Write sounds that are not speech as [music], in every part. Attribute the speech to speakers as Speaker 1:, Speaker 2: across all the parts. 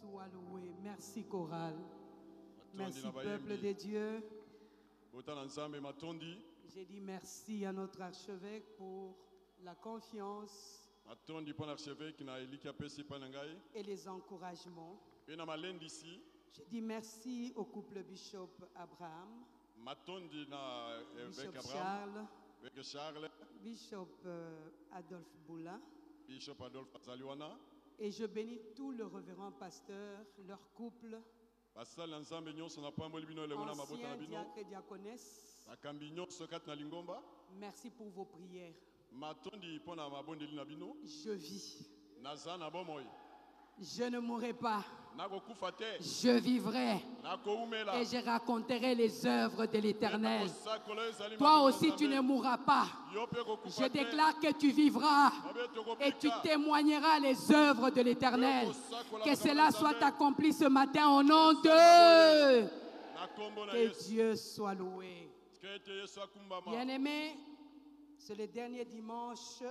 Speaker 1: Sois loué. Merci, chorale.
Speaker 2: Matondi
Speaker 1: Merci,
Speaker 2: na
Speaker 1: peuple
Speaker 2: bayembi.
Speaker 1: de Dieu.
Speaker 2: botana nzambe matondi
Speaker 1: J'ai dit merci à notre archevêque pour la confiance
Speaker 2: matondi mpo na archevêque na eliki apesi epai na ngai
Speaker 1: et les encouragements.
Speaker 2: mpe na malendisi
Speaker 1: J'ai dit merci au couple Bishop Abraham,
Speaker 2: matondi na
Speaker 1: Bishop
Speaker 2: évêque abraham
Speaker 1: Charles,
Speaker 2: évêque charles
Speaker 1: Bishop euh, Adolphe Boula.
Speaker 2: bishop adolphe azali wana
Speaker 1: Et je bénis tout le révérend pasteur, leur couple,
Speaker 2: basali ya nzambe nyonso napamboli bino elongo na mabota na
Speaker 1: anciens
Speaker 2: bino
Speaker 1: diacres et diaconesses.
Speaker 2: nakambi nyonso kati na lingomba
Speaker 1: Merci pour vos prières.
Speaker 2: matondi mpo na mabondeli na bino
Speaker 1: Je vis.
Speaker 2: naza na bomoi
Speaker 1: Je ne mourrai pas.
Speaker 2: nakokufa te
Speaker 1: Je vivrai.
Speaker 2: nakowumela
Speaker 1: et je raconterai les œuvres de l'Éternel.
Speaker 2: Nakosakola ezali
Speaker 1: Toi
Speaker 2: mabiko
Speaker 1: aussi, tu
Speaker 2: Nzambe.
Speaker 1: ne mourras pas.
Speaker 2: yo mpe kokufa
Speaker 1: Je
Speaker 2: te
Speaker 1: déclare que tu vivras
Speaker 2: Mabe tokobika.
Speaker 1: et tu témoigneras les œuvres de l'Éternel. Que cela soit accompli ce matin au nom de...
Speaker 2: na kombo na
Speaker 1: Que
Speaker 2: yesu
Speaker 1: Dieu soit loué.
Speaker 2: Que ete yesu akumbama
Speaker 1: Bien-aimés, c'est le dernier dimanche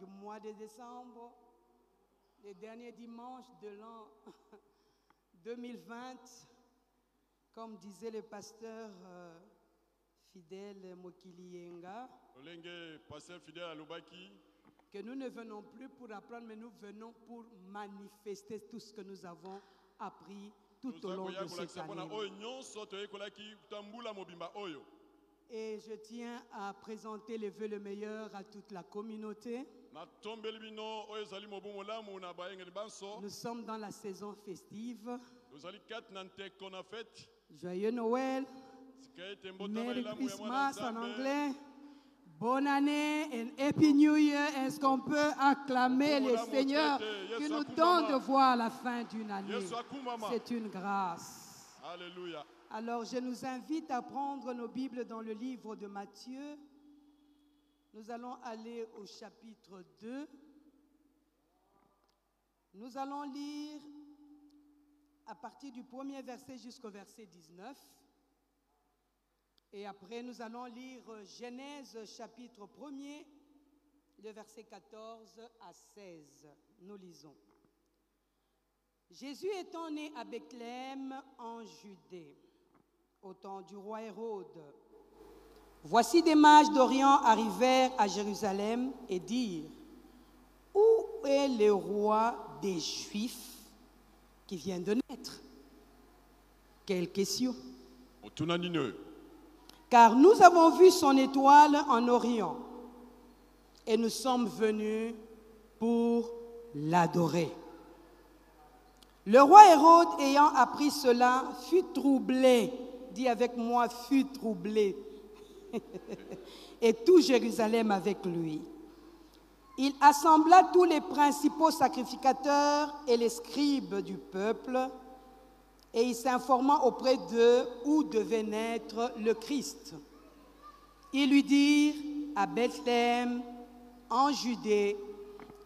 Speaker 1: du mois de décembre, le dernier dimanche de l'an [laughs] 2020. Comme disait le pasteur euh, fidèle Mokilienga,
Speaker 2: lolenge paster fidele alobaki
Speaker 1: que nous ne venons plus pour apprendre, mais nous venons pour manifester tout ce que nous avons appris tout au
Speaker 2: toza
Speaker 1: long
Speaker 2: koya
Speaker 1: de cette
Speaker 2: kolakisa mpona
Speaker 1: année.
Speaker 2: oyo nyonso toyekolaki ta mbula mobimba oyo
Speaker 1: Et je tiens à présenter les vœux le meilleur à toute la communauté.
Speaker 2: natombeli bino oyo ezali mobu molamu na bayengeli banso
Speaker 1: Nous sommes dans la saison festive.
Speaker 2: tozali kati na nteko na fete
Speaker 1: Joyeux Noël,
Speaker 2: sika ete mbota na
Speaker 1: Merry
Speaker 2: elamu ya mwana
Speaker 1: Christmas en
Speaker 2: nzambe
Speaker 1: anglais, Bonne année and Happy New Year. Est-ce qu'on peut acclamer le Seigneur qui nous donne de voir la fin d'une année
Speaker 2: yesu akumbama
Speaker 1: C'est une grâce.
Speaker 2: alleluya
Speaker 1: Alors je nous invite à prendre nos Bibles dans le livre de Matthieu. Nous allons aller au chapitre 2. Nous allons lire à partir du premier verset jusqu'au verset 19. Et après, nous allons lire Genèse chapitre 1er, le verset 14 à 16. Nous lisons. Jésus étant né à Bethléem en Judée, au temps du roi Hérode, voici des mages d'Orient arrivèrent à Jérusalem et dirent Où est le roi des Juifs qui vient de naître Quelle question
Speaker 2: otuna nini oyo
Speaker 1: Car nous avons vu son étoile en Orient et nous sommes venus pour l'adorer. Le roi Hérode, ayant appris cela, fut troublé, dit avec moi, fut troublé, [laughs] et tout Jérusalem avec lui. Il assembla tous les principaux sacrificateurs et les scribes du peuple, et il s'informa auprès d'eux où devait naître le Christ. Ils lui dirent à Bethléem, en Judée,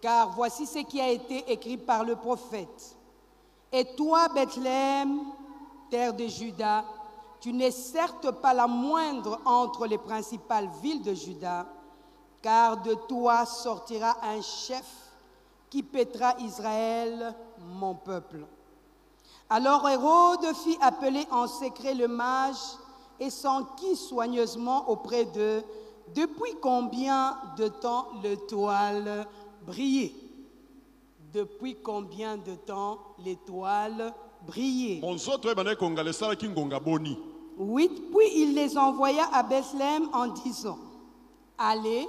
Speaker 1: car voici ce qui a été écrit par le prophète. Et toi, Bethléem, terre de Juda, tu n'es certes pas la moindre entre les principales villes de Juda, car de toi sortira un chef qui pètera Israël, mon peuple. Alors Hérode fit appeler en secret le mage et s'enquit soigneusement auprès d'eux depuis combien de temps l'étoile brillait. Depuis combien de temps l'étoile brillait.
Speaker 2: monzoto oyo ebandaki kongala esalaki ngonga boni
Speaker 1: Oui, puis il les envoya à Bethléem en disant, allez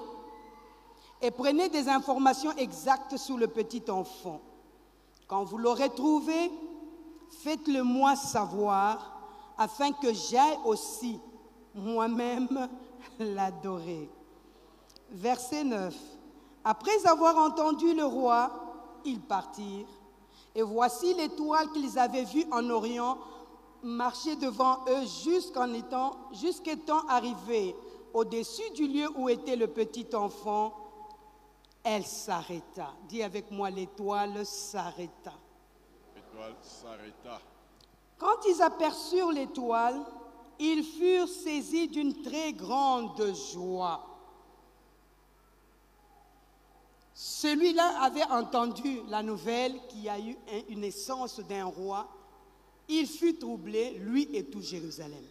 Speaker 1: et prenez des informations exactes sur le petit enfant. Quand vous l'aurez trouvé, faites-le moi savoir, afin que j'aille aussi moi-même [laughs] l'adorer. Verset 9. Après avoir entendu le roi, ils partirent. Et voici l'étoile qu'ils avaient vue en Orient marcher devant eux jusqu'en étant, jusqu'étant arrivée au-dessus du lieu où était le petit enfant. Elle s'arrêta. Dis avec moi, l'étoile s'arrêta.
Speaker 2: etoile sareta
Speaker 1: Quand ils aperçurent l'étoile, ils furent saisis d'une très grande joie. Celui-là avait entendu la nouvelle qu'il y a eu un- une naissance d'un roi. Il fut troublé, lui et tout Jérusalem.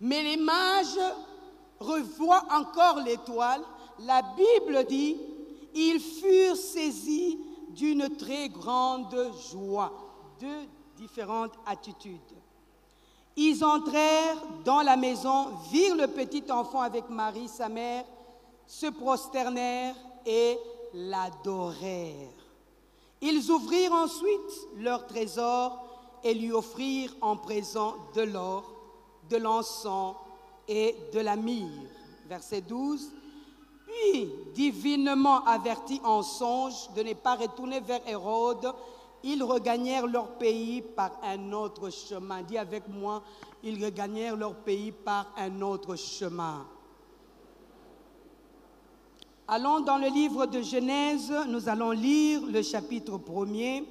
Speaker 1: Mais les mages revoient encore l'étoile. La Bible dit, ils furent saisis d'une très grande joie. Deux différentes attitudes. Ils entrèrent dans la maison, virent le petit enfant avec Marie, sa mère, se prosternèrent et l'adorèrent. Ils ouvrirent ensuite leur trésor et lui offrirent en présent de l'or, de l'encens et de la myrrhe. Verset 12. Puis, divinement avertis en songe de ne pas retourner vers Hérode, ils regagnèrent leur pays par un autre chemin. Dis avec moi, ils regagnèrent leur pays par un autre chemin. Allons dans le livre de Genèse, nous allons lire le chapitre 1er,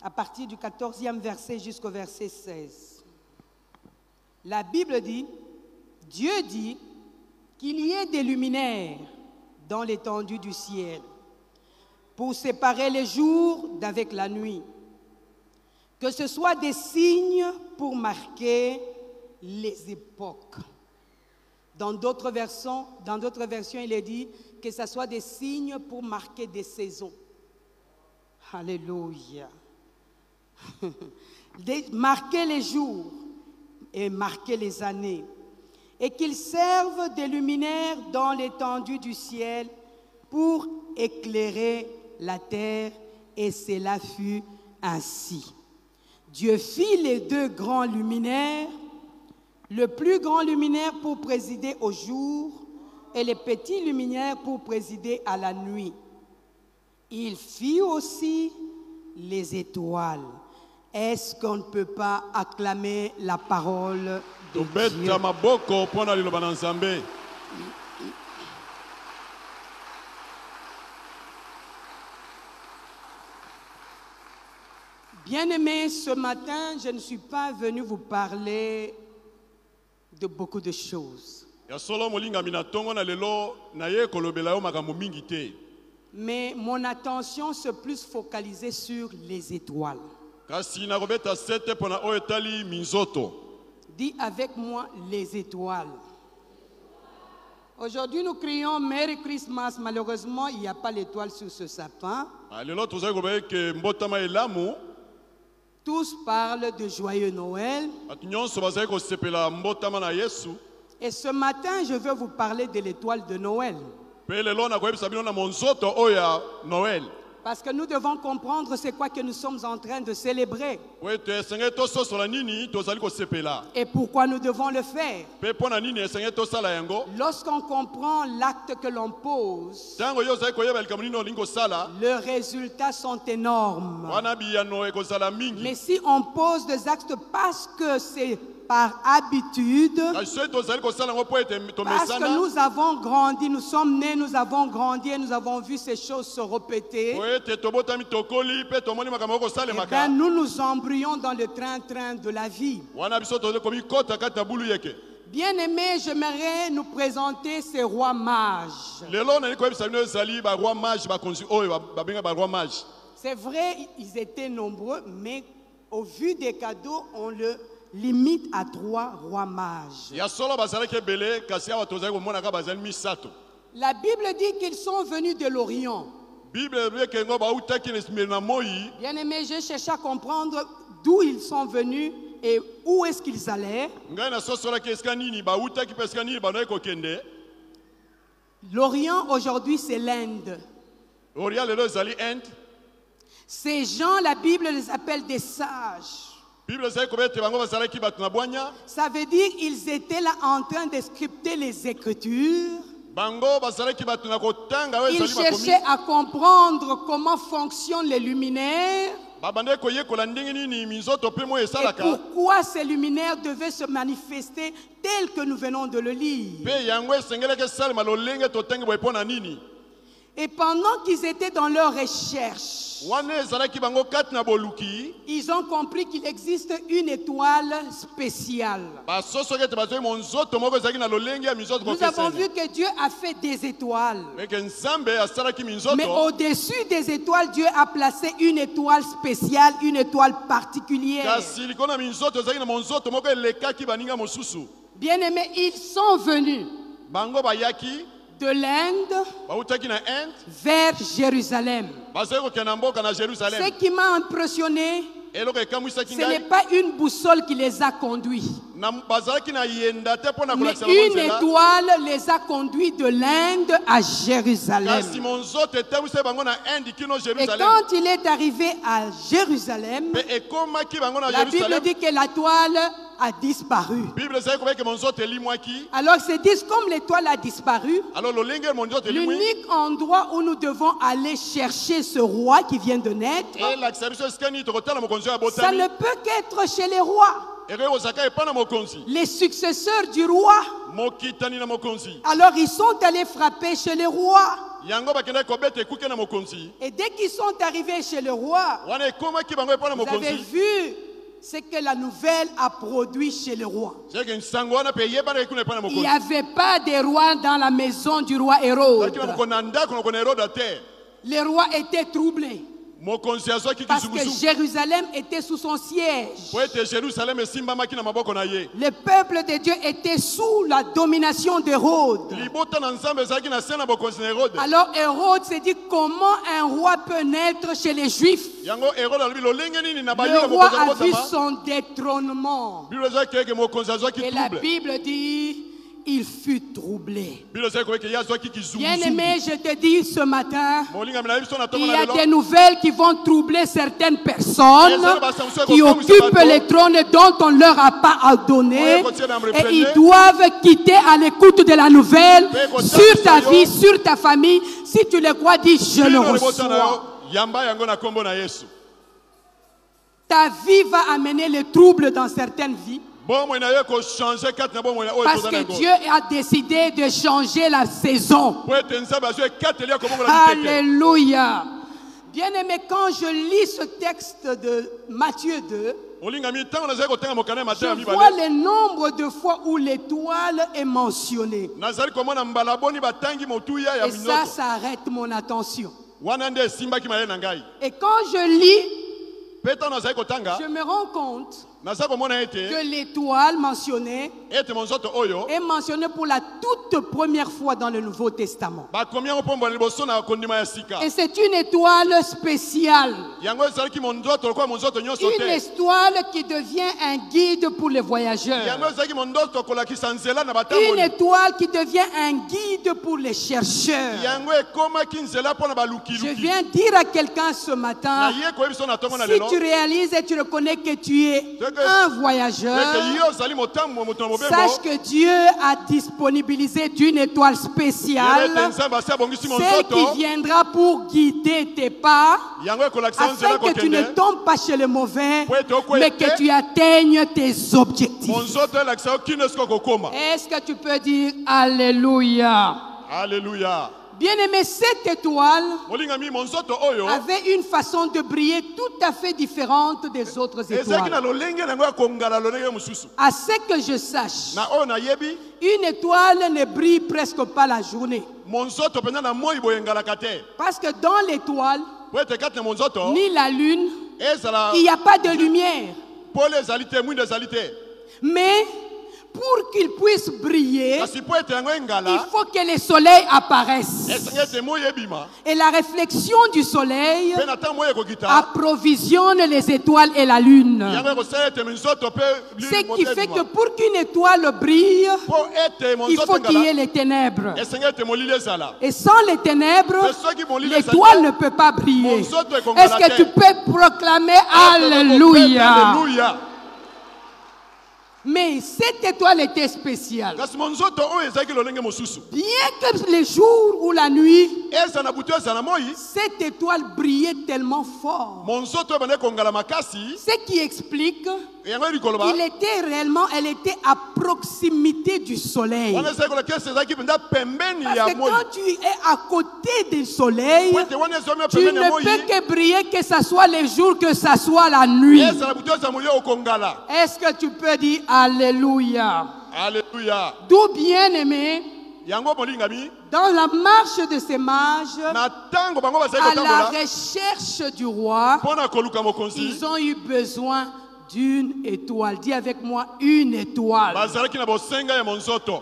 Speaker 1: à partir du 14e verset jusqu'au verset 16. La Bible dit, Dieu dit qu'il y ait des luminaires dans l'étendue du ciel pour séparer les jours d'avec la nuit, que ce soit des signes pour marquer les époques. Dans d'autres versions, dans d'autres versions, il est dit que ce soit des signes pour marquer des saisons. Alléluia. [laughs] Des- marquer les jours et marquer les années, et qu'ils servent des luminaires dans l'étendue du ciel pour éclairer la terre, et cela fut ainsi. Dieu fit les deux grands luminaires, le plus grand luminaire pour présider au jour et le petit luminaire pour présider à la nuit. Il fit aussi les étoiles. Est-ce qu'on ne peut pas acclamer la parole de Dieu?
Speaker 2: tobeta maboko mpo na liloba na nzambe
Speaker 1: Bien-aimés, ce matin, je ne suis pas venu vous parler de beaucoup de choses,
Speaker 2: ya solo molingami na ntongo na lelo naye kolobela yo makambo mingi te
Speaker 1: mais mon attention se plus focalisée sur les étoiles.
Speaker 2: kasi nakobeta sete mpo na oyo etali minzoto
Speaker 1: Dis avec moi les étoiles. Aujourd'hui, nous crions Merry Christmas. Malheureusement, il n'y a pas l'étoile sur ce sapin.
Speaker 2: Ah, lelo tozali koloba eke mbotama elamu
Speaker 1: Tous parlent de joyeux Noël.
Speaker 2: bato nyonso bazali kosepela mbotama na yesu
Speaker 1: Et ce matin, je veux vous parler de l'étoile de Noël.
Speaker 2: mpe lelo nakoyebisa bino na monzoto oyo ya noel
Speaker 1: Parce que nous devons comprendre c'est quoi que nous sommes en train de célébrer
Speaker 2: po ete esengeli tososola nini tozali kosepela
Speaker 1: et pourquoi nous devons le faire.
Speaker 2: mpe mpo na nini esengeli tosala yango
Speaker 1: Lorsqu'on comprend l'acte que l'on pose,
Speaker 2: ntango yo ozali koyeba likambo nini olingi kosala
Speaker 1: les résultats sont énormes.
Speaker 2: wana biyano ekozala
Speaker 1: Mais
Speaker 2: mingi
Speaker 1: si on pose des actes parce que c'est par habitude,
Speaker 2: kasi soki tozali kosala yango mpo
Speaker 1: parce
Speaker 2: ete
Speaker 1: que
Speaker 2: tomesana
Speaker 1: nous avons grandi, nous sommes nés, nous avons grandi et nous avons vu ces choses se répéter,
Speaker 2: po ete tobotami tokoli mpe tomoni makambo oyo
Speaker 1: eh bien,
Speaker 2: kosalemaka
Speaker 1: nous nous embrouillons dans le train-train de la vie.
Speaker 2: wana biso tozali komikota kati na bulu yeke
Speaker 1: Bien-aimés, j'aimerais nous présenter ces rois mages.
Speaker 2: lelo nali koyebisa bino ezali baroi mage bakonzi oyo ba- babenga baroi mage
Speaker 1: C'est vrai, ils étaient nombreux, mais au vu des cadeaux, on le limite à trois rois mages.
Speaker 2: ya solo bazalaki ebele kasi awa tozali komona kaka bazali misato
Speaker 1: La Bible dit qu'ils sont venus de l'Orient.
Speaker 2: bible elobi eke yango bautaki na- na moi
Speaker 1: Bien-aimés, j'ai cherché à comprendre d'où ils sont venus et où est-ce qu'ils allaient.
Speaker 2: ngai nasosolaki esika nini bautaki mpe esika nini bandaki kokende
Speaker 1: L'Orient aujourd'hui, c'est l'Inde.
Speaker 2: oria lelo ezali inde
Speaker 1: Ces gens, la Bible les appelle des sages.
Speaker 2: bible ezali koyeba ete bango bazalaki bato na bwanya
Speaker 1: Ça veut dire qu'ils étaient là en train de scripter les Écritures.
Speaker 2: bango bazalaki bato na kotanga oyo
Speaker 1: Ils
Speaker 2: ezali makomi
Speaker 1: cherchaient à comprendre comment fonctionnent les luminaires
Speaker 2: babandaki koyekola ndenge nini minzoto mpe moyo
Speaker 1: et
Speaker 2: esalaka
Speaker 1: pourquoi ces luminaires devaient se manifester tels que nous venons de le lire.
Speaker 2: mpe yango esengelaki esalema lolenge totangi boye mpo na nini
Speaker 1: Et pendant qu'ils étaient dans leur recherche,
Speaker 2: wana ezalaki bango kati na boluki
Speaker 1: ils ont compris qu'il existe une étoile spéciale.
Speaker 2: basosoki ete bazwi monzoto moko ezalaki na lolenge ya minzoto
Speaker 1: Nous avons vu
Speaker 2: bokeseni
Speaker 1: que Dieu a fait des étoiles.
Speaker 2: meke nzambe asalaki
Speaker 1: Mais
Speaker 2: minzoto
Speaker 1: au-dessus des étoiles, Dieu a placé une étoile spéciale, une étoile particulière.
Speaker 2: kasi likolo na minzoto ezalaki na monzoto moko elekaki baninga mosusu
Speaker 1: Bien-aimés, ils sont venus
Speaker 2: bango bayaki
Speaker 1: de l'Inde
Speaker 2: bautaki na inde
Speaker 1: vers Jérusalem.
Speaker 2: bazali kokende na mboka na
Speaker 1: Ce
Speaker 2: jérusalem
Speaker 1: qui m'a impressionné,
Speaker 2: eloko
Speaker 1: ce
Speaker 2: ekamwisaki
Speaker 1: n'est
Speaker 2: ngai
Speaker 1: pas une boussole qui les a conduits,
Speaker 2: na- bazalaki na yenda te mpo na
Speaker 1: mais
Speaker 2: kolakisa bango
Speaker 1: une
Speaker 2: nzela.
Speaker 1: étoile les a conduits de l'Inde à
Speaker 2: kasi
Speaker 1: Jérusalem.
Speaker 2: monzoto etambwisaki bango na inde kino
Speaker 1: Et
Speaker 2: jérusalem
Speaker 1: quand il est arrivé à Jérusalem,
Speaker 2: mpe ekomaki bango na
Speaker 1: la Bible
Speaker 2: jérusalem
Speaker 1: dit que l'étoile a disparu.
Speaker 2: bible ezali kobaki monzoto elimwaki
Speaker 1: Alors ils se disent, comme l'étoile a disparu,
Speaker 2: alors lolenge monzoto elimwi
Speaker 1: L'unique endroit où nous devons aller chercher ce roi qui vient de naître,
Speaker 2: elakisa biso esika nini tokotala mokonzi oyo
Speaker 1: ça
Speaker 2: abotami
Speaker 1: ne peut qu'être chez les rois,
Speaker 2: ekoki kozaka epai na mokonzi
Speaker 1: les successeurs du roi.
Speaker 2: mokitani na mokonzi
Speaker 1: Alors ils sont allés frapper chez les rois.
Speaker 2: yango bakendaki kobeta ekuke na mokonzi
Speaker 1: Et dès qu'ils sont arrivés chez le roi,
Speaker 2: wana ekomaki bango epai na
Speaker 1: vous avez
Speaker 2: mokonzi
Speaker 1: vu ce que la nouvelle a produit chez le roi.
Speaker 2: seke nsango wana mpe eyebanaki kuna epai
Speaker 1: Il
Speaker 2: na
Speaker 1: n'y
Speaker 2: mokonzi
Speaker 1: avait pas de roi dans la maison du roi Hérode.
Speaker 2: ezalaki na mokonzi na ndako noko na heroda te
Speaker 1: Les rois étaient troublés
Speaker 2: mokonzi azwaki
Speaker 1: parce que
Speaker 2: kizunguzungu
Speaker 1: Jérusalem était sous son siège.
Speaker 2: po ete jérusalem esimbamaki na maboko na ye
Speaker 1: Le peuple de Dieu était sous la domination d'Hérode.
Speaker 2: libota na nzambe ezalaki na se na bokonzi na herode
Speaker 1: Alors Hérode s'est dit comment un roi peut naître chez les Juifs
Speaker 2: yango herode alobi lolenge nini na
Speaker 1: Le
Speaker 2: bayuda
Speaker 1: roi
Speaker 2: mokonzi
Speaker 1: a vu
Speaker 2: akobotama
Speaker 1: son détrônement.
Speaker 2: biblo ezalaki eke mokonzi azwaki
Speaker 1: Et la
Speaker 2: trouble
Speaker 1: Bible dit, il fut troublé.
Speaker 2: biblo ezalaki koyeke ye azwaki
Speaker 1: Bien-aimé,
Speaker 2: kizunguzungu
Speaker 1: je te dis ce matin,
Speaker 2: molingami na ye biso na
Speaker 1: il
Speaker 2: ntongo
Speaker 1: y
Speaker 2: na
Speaker 1: a des
Speaker 2: lelo
Speaker 1: nouvelles qui vont troubler certaines personnes qui occupent les trônes dont on leur a pas donné. Et ils doivent quitter à l'écoute de la nouvelle sur ta vie, sur ta famille. Si tu le crois, dis je le
Speaker 2: Bino libota na
Speaker 1: reçois.
Speaker 2: yo yamba yango na nkombo na yesu
Speaker 1: Ta vie va amener les troubles dans certaines vies
Speaker 2: bomoi na yo ekochange kati na bomoi na oyo
Speaker 1: parce
Speaker 2: toza na
Speaker 1: que
Speaker 2: yango
Speaker 1: Dieu a décidé de changer la saison.
Speaker 2: po ete nzambe azwi ekateli ya kobongola biteke
Speaker 1: Alléluia. Bien-aimé, quand je lis ce texte de Matthieu 2,
Speaker 2: molingami ntango nazali kotanga mokanda ya
Speaker 1: je
Speaker 2: matanga
Speaker 1: vois
Speaker 2: mibale
Speaker 1: le nombre de fois où l'étoile est mentionnée.
Speaker 2: nazali komona mbala boni batangi motuya ya
Speaker 1: Et ça,
Speaker 2: minoko
Speaker 1: ça arrête mon attention.
Speaker 2: wana nde esimbaki mayele na ngai
Speaker 1: Et quand je lis,
Speaker 2: mpe ntango nazali kotanga
Speaker 1: je me rends compte
Speaker 2: naza komona ete
Speaker 1: que l'étoile mentionnée
Speaker 2: ete monzoto oyo
Speaker 1: est mentionnée pour la toute première fois dans le Nouveau Testament.
Speaker 2: bakomi yango mpo mbona liboso na kondima ya sika
Speaker 1: Et c'est une étoile spéciale.
Speaker 2: yango ezalaki monzoto lokola monzoto nyonso
Speaker 1: Une
Speaker 2: te
Speaker 1: étoile qui devient un guide pour les
Speaker 2: yango
Speaker 1: voyageurs.
Speaker 2: ezalaki mondoto kolakisa nzela
Speaker 1: Une
Speaker 2: na batamboli
Speaker 1: étoile qui devient un guide pour les chercheurs.
Speaker 2: yango ekomaki nzela mpo na
Speaker 1: Je
Speaker 2: balukiluki
Speaker 1: viens dire à quelqu'un ce matin,
Speaker 2: naye koyebiso na ntongo na
Speaker 1: Ah. si
Speaker 2: lelo
Speaker 1: tu réalises et tu reconnais que tu es un
Speaker 2: ete
Speaker 1: voyageur,
Speaker 2: yo ozali motambo moto na
Speaker 1: sache
Speaker 2: mobembo
Speaker 1: que Dieu a disponibilisé d'une étoile
Speaker 2: yebe ete
Speaker 1: spéciale,
Speaker 2: nzambe asi abongisi
Speaker 1: celle qui
Speaker 2: monzoto
Speaker 1: viendra pour guider tes pas,
Speaker 2: yango ekolakisa yo nzela
Speaker 1: afin que tu ne
Speaker 2: kokende
Speaker 1: tombes pas chez le mauvais,
Speaker 2: Ouais, t'es au coin,
Speaker 1: mais
Speaker 2: t'es.
Speaker 1: que tu atteignes tes objectifs.
Speaker 2: monzoto elakisa yo kino esika okokóma
Speaker 1: Est-ce que tu peux dire Alléluia
Speaker 2: alleluya
Speaker 1: Bien-aimé, cette étoile
Speaker 2: molingami monzoto
Speaker 1: Oh.
Speaker 2: oyo
Speaker 1: avait une façon de briller tout à fait différente des autres
Speaker 2: ezalaki na
Speaker 1: étoiles.
Speaker 2: lolenge na yango ya kongala lolenge mosusu
Speaker 1: À ce que je sache,
Speaker 2: na oyo nayebi
Speaker 1: une étoile ne brille presque pas la journée.
Speaker 2: monzoto mpenza na moi boye engalaka te
Speaker 1: Parce que dans l'étoile,
Speaker 2: po ete kati na monzoto
Speaker 1: ni la lune,
Speaker 2: ezala
Speaker 1: il n'y a pas de lumière.
Speaker 2: pole ezali te mwindo ezali te
Speaker 1: Mais pour qu'il puisse briller,
Speaker 2: kasi po ete yango
Speaker 1: Eh. il
Speaker 2: engala
Speaker 1: faut que le soleil apparaisse.
Speaker 2: esengi ete moi ebima
Speaker 1: Et la réflexion du soleil
Speaker 2: mpe na ntango moi ekokita
Speaker 1: approvisionne les étoiles et la lune.
Speaker 2: yango ekosala ete minzoto mpe li-
Speaker 1: Ce
Speaker 2: moto
Speaker 1: qui fait que
Speaker 2: ebima.
Speaker 1: pour qu'une étoile brille,
Speaker 2: po ete
Speaker 1: il
Speaker 2: monzoto
Speaker 1: faut qu'il y ait
Speaker 2: engala
Speaker 1: les ténèbres.
Speaker 2: esengi ete molili ezala
Speaker 1: Et sans les ténèbres,
Speaker 2: mpe soki molili
Speaker 1: l'étoile ne peut pas briller.
Speaker 2: Monzoto ekongala
Speaker 1: Est-ce que
Speaker 2: te.
Speaker 1: tu peux proclamer Alléluia
Speaker 2: alleluya
Speaker 1: Mais cette étoile était spéciale.
Speaker 2: kasi monzoto oyo ezalaki lolenge mosusu
Speaker 1: Bien que les jours ou la nuit,
Speaker 2: ezala butu ezala moi
Speaker 1: cette étoile brillait tellement fort.
Speaker 2: monzoto ebanda ekongala makasi
Speaker 1: Ce qui explique
Speaker 2: yango eli koloba
Speaker 1: qu'il était réellement, elle était à proximité du soleil.
Speaker 2: wana ezali koleka ese ezalaki mpenza pembeni
Speaker 1: Parce
Speaker 2: ya
Speaker 1: que
Speaker 2: moi
Speaker 1: quand tu es à côté du soleil,
Speaker 2: po ete wana ezomi
Speaker 1: tu ne
Speaker 2: pembeni ya moi
Speaker 1: peux que briller, que ce soit les jours, que ce soit la nuit.
Speaker 2: ezala butu ezala moi okongala
Speaker 1: Est-ce que tu peux dire Alléluia
Speaker 2: alleluya
Speaker 1: D'où bien aimé,
Speaker 2: yango molingami
Speaker 1: dans la marche de ces mages,
Speaker 2: na ntango bango bazali
Speaker 1: à la
Speaker 2: kotambola
Speaker 1: recherche du roi,
Speaker 2: mpo na koluka mokonzi
Speaker 1: ils ont eu besoin d'une étoile. Dis avec moi, une étoile.
Speaker 2: bazalaki na bosenga ya monzoto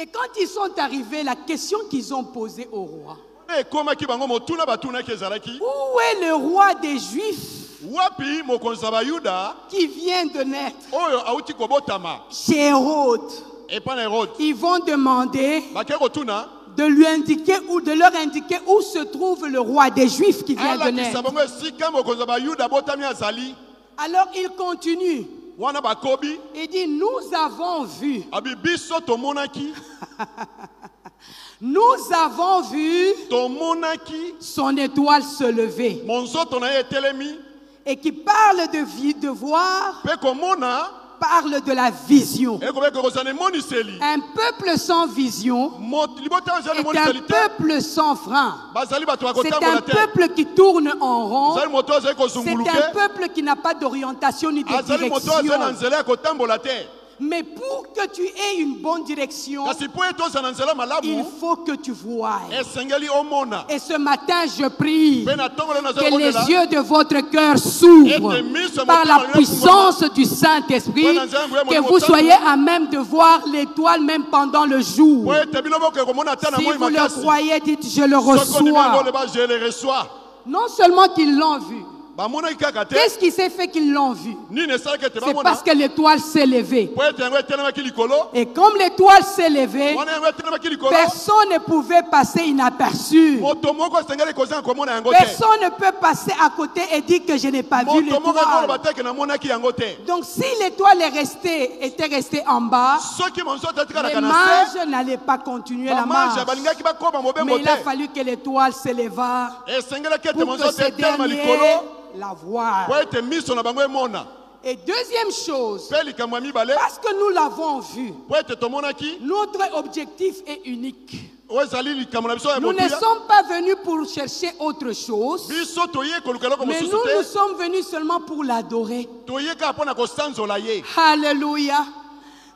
Speaker 1: Et quand ils sont arrivés, la question qu'ils ont posée au roi,
Speaker 2: nde ekomaki bango motuna batunaki ezalaki
Speaker 1: où est le roi des Juifs
Speaker 2: wapi mokonzi ya bayuda
Speaker 1: qui vient de naître
Speaker 2: oyo auti kobotama
Speaker 1: Chez Hérode,
Speaker 2: epai na herode
Speaker 1: ils vont demander
Speaker 2: bakei kotuna
Speaker 1: de lui indiquer ou de leur indiquer où se trouve le roi des Juifs qui vient de
Speaker 2: alakisa
Speaker 1: naître.
Speaker 2: bango esika mokonzi ya bayuda abotami azali
Speaker 1: Alors il continue.
Speaker 2: wana bakobi
Speaker 1: Il dit, nous avons vu,
Speaker 2: abi biso tomonaki
Speaker 1: nous avons vu
Speaker 2: tomonaki
Speaker 1: son étoile se lever.
Speaker 2: monzoto na ye etelemi
Speaker 1: Et qui parle de, vi- de voir,
Speaker 2: mpe komona
Speaker 1: parle de la vision.
Speaker 2: ekobeka kozala emoniseli
Speaker 1: Un peuple sans vision
Speaker 2: Mo- libota ezali
Speaker 1: est un
Speaker 2: emoniseli te
Speaker 1: peuple sans frein.
Speaker 2: bazali bato ya
Speaker 1: C'est un
Speaker 2: kotambola te
Speaker 1: peuple qui tourne en
Speaker 2: azali
Speaker 1: rond.
Speaker 2: moto azali
Speaker 1: C'est
Speaker 2: kozunguluke
Speaker 1: un peuple qui n'a pas d'orientation ni de
Speaker 2: azali moto azali na
Speaker 1: direction.
Speaker 2: nzela ya kotambola te
Speaker 1: Mais pour que tu aies une bonne direction,
Speaker 2: kasi mpo ete ozala na nzela
Speaker 1: il
Speaker 2: malamu
Speaker 1: faut que tu voies.
Speaker 2: esengeli omona
Speaker 1: Et ce matin, je prie
Speaker 2: mpe na ntongo lelo nazali
Speaker 1: que les
Speaker 2: kolela
Speaker 1: yeux de votre cœur s'ouvrent
Speaker 2: Et que miso
Speaker 1: par
Speaker 2: motema
Speaker 1: la
Speaker 2: lelo
Speaker 1: puissance du Saint-Esprit,
Speaker 2: Bwana Nzambe ya
Speaker 1: que
Speaker 2: motema
Speaker 1: vous
Speaker 2: motambo.
Speaker 1: soyez à même de voir l'étoile même pendant le jour.
Speaker 2: mpo ete bino bokoka komona ata na
Speaker 1: Si
Speaker 2: moi
Speaker 1: vous le
Speaker 2: makasi
Speaker 1: croyez, dites je le
Speaker 2: soko ndima yango
Speaker 1: reçois.
Speaker 2: leba je le reçois
Speaker 1: Non seulement qu'ils l'ont vu,
Speaker 2: bamonaki kaka te
Speaker 1: qu'est-ce qui s'est fait qu'ils l'ont vu
Speaker 2: nini esalaki ete
Speaker 1: C'est
Speaker 2: bamona
Speaker 1: parce que l'étoile s'est levée.
Speaker 2: po ete yango etelemaki likolo
Speaker 1: Et comme l'étoile s'est levée,
Speaker 2: wana yango etelemaki likolo
Speaker 1: personne ne pouvait passer inaperçu.
Speaker 2: moto moko esengeli kozanga komona yango te
Speaker 1: Personne ne peut passer à côté et dire que je n'ai pas vu
Speaker 2: moto moko ekoloba
Speaker 1: l'étoile.
Speaker 2: teke namonaki yango te
Speaker 1: Donc si l'étoile est restée, était restée en bas,
Speaker 2: soki monzoto
Speaker 1: les
Speaker 2: atikalaka na se
Speaker 1: mages n'allaient pas continuer la
Speaker 2: bamange
Speaker 1: marche.
Speaker 2: balingaki bakoma mobembo
Speaker 1: Mais il a
Speaker 2: te
Speaker 1: fallu que l'étoile s'éleva
Speaker 2: esengelaki ete
Speaker 1: pour que
Speaker 2: monzoto
Speaker 1: ces
Speaker 2: etelema
Speaker 1: derniers
Speaker 2: likolo
Speaker 1: la voient.
Speaker 2: po ete miso na bango emona
Speaker 1: Et deuxième chose,
Speaker 2: mpe likambo ya mibale
Speaker 1: parce que nous l'avons vu,
Speaker 2: po ete tomonaki
Speaker 1: notre objectif est unique.
Speaker 2: oyo ezali likambo na biso ya
Speaker 1: Nous ne
Speaker 2: motuya
Speaker 1: sommes pas venus pour chercher autre chose,
Speaker 2: biso toye koluka eloko
Speaker 1: mais nous,
Speaker 2: mosusu
Speaker 1: nous
Speaker 2: te
Speaker 1: sommes venus seulement pour l'adorer.
Speaker 2: toye kaka mpo na kosanzola ye
Speaker 1: Alléluia.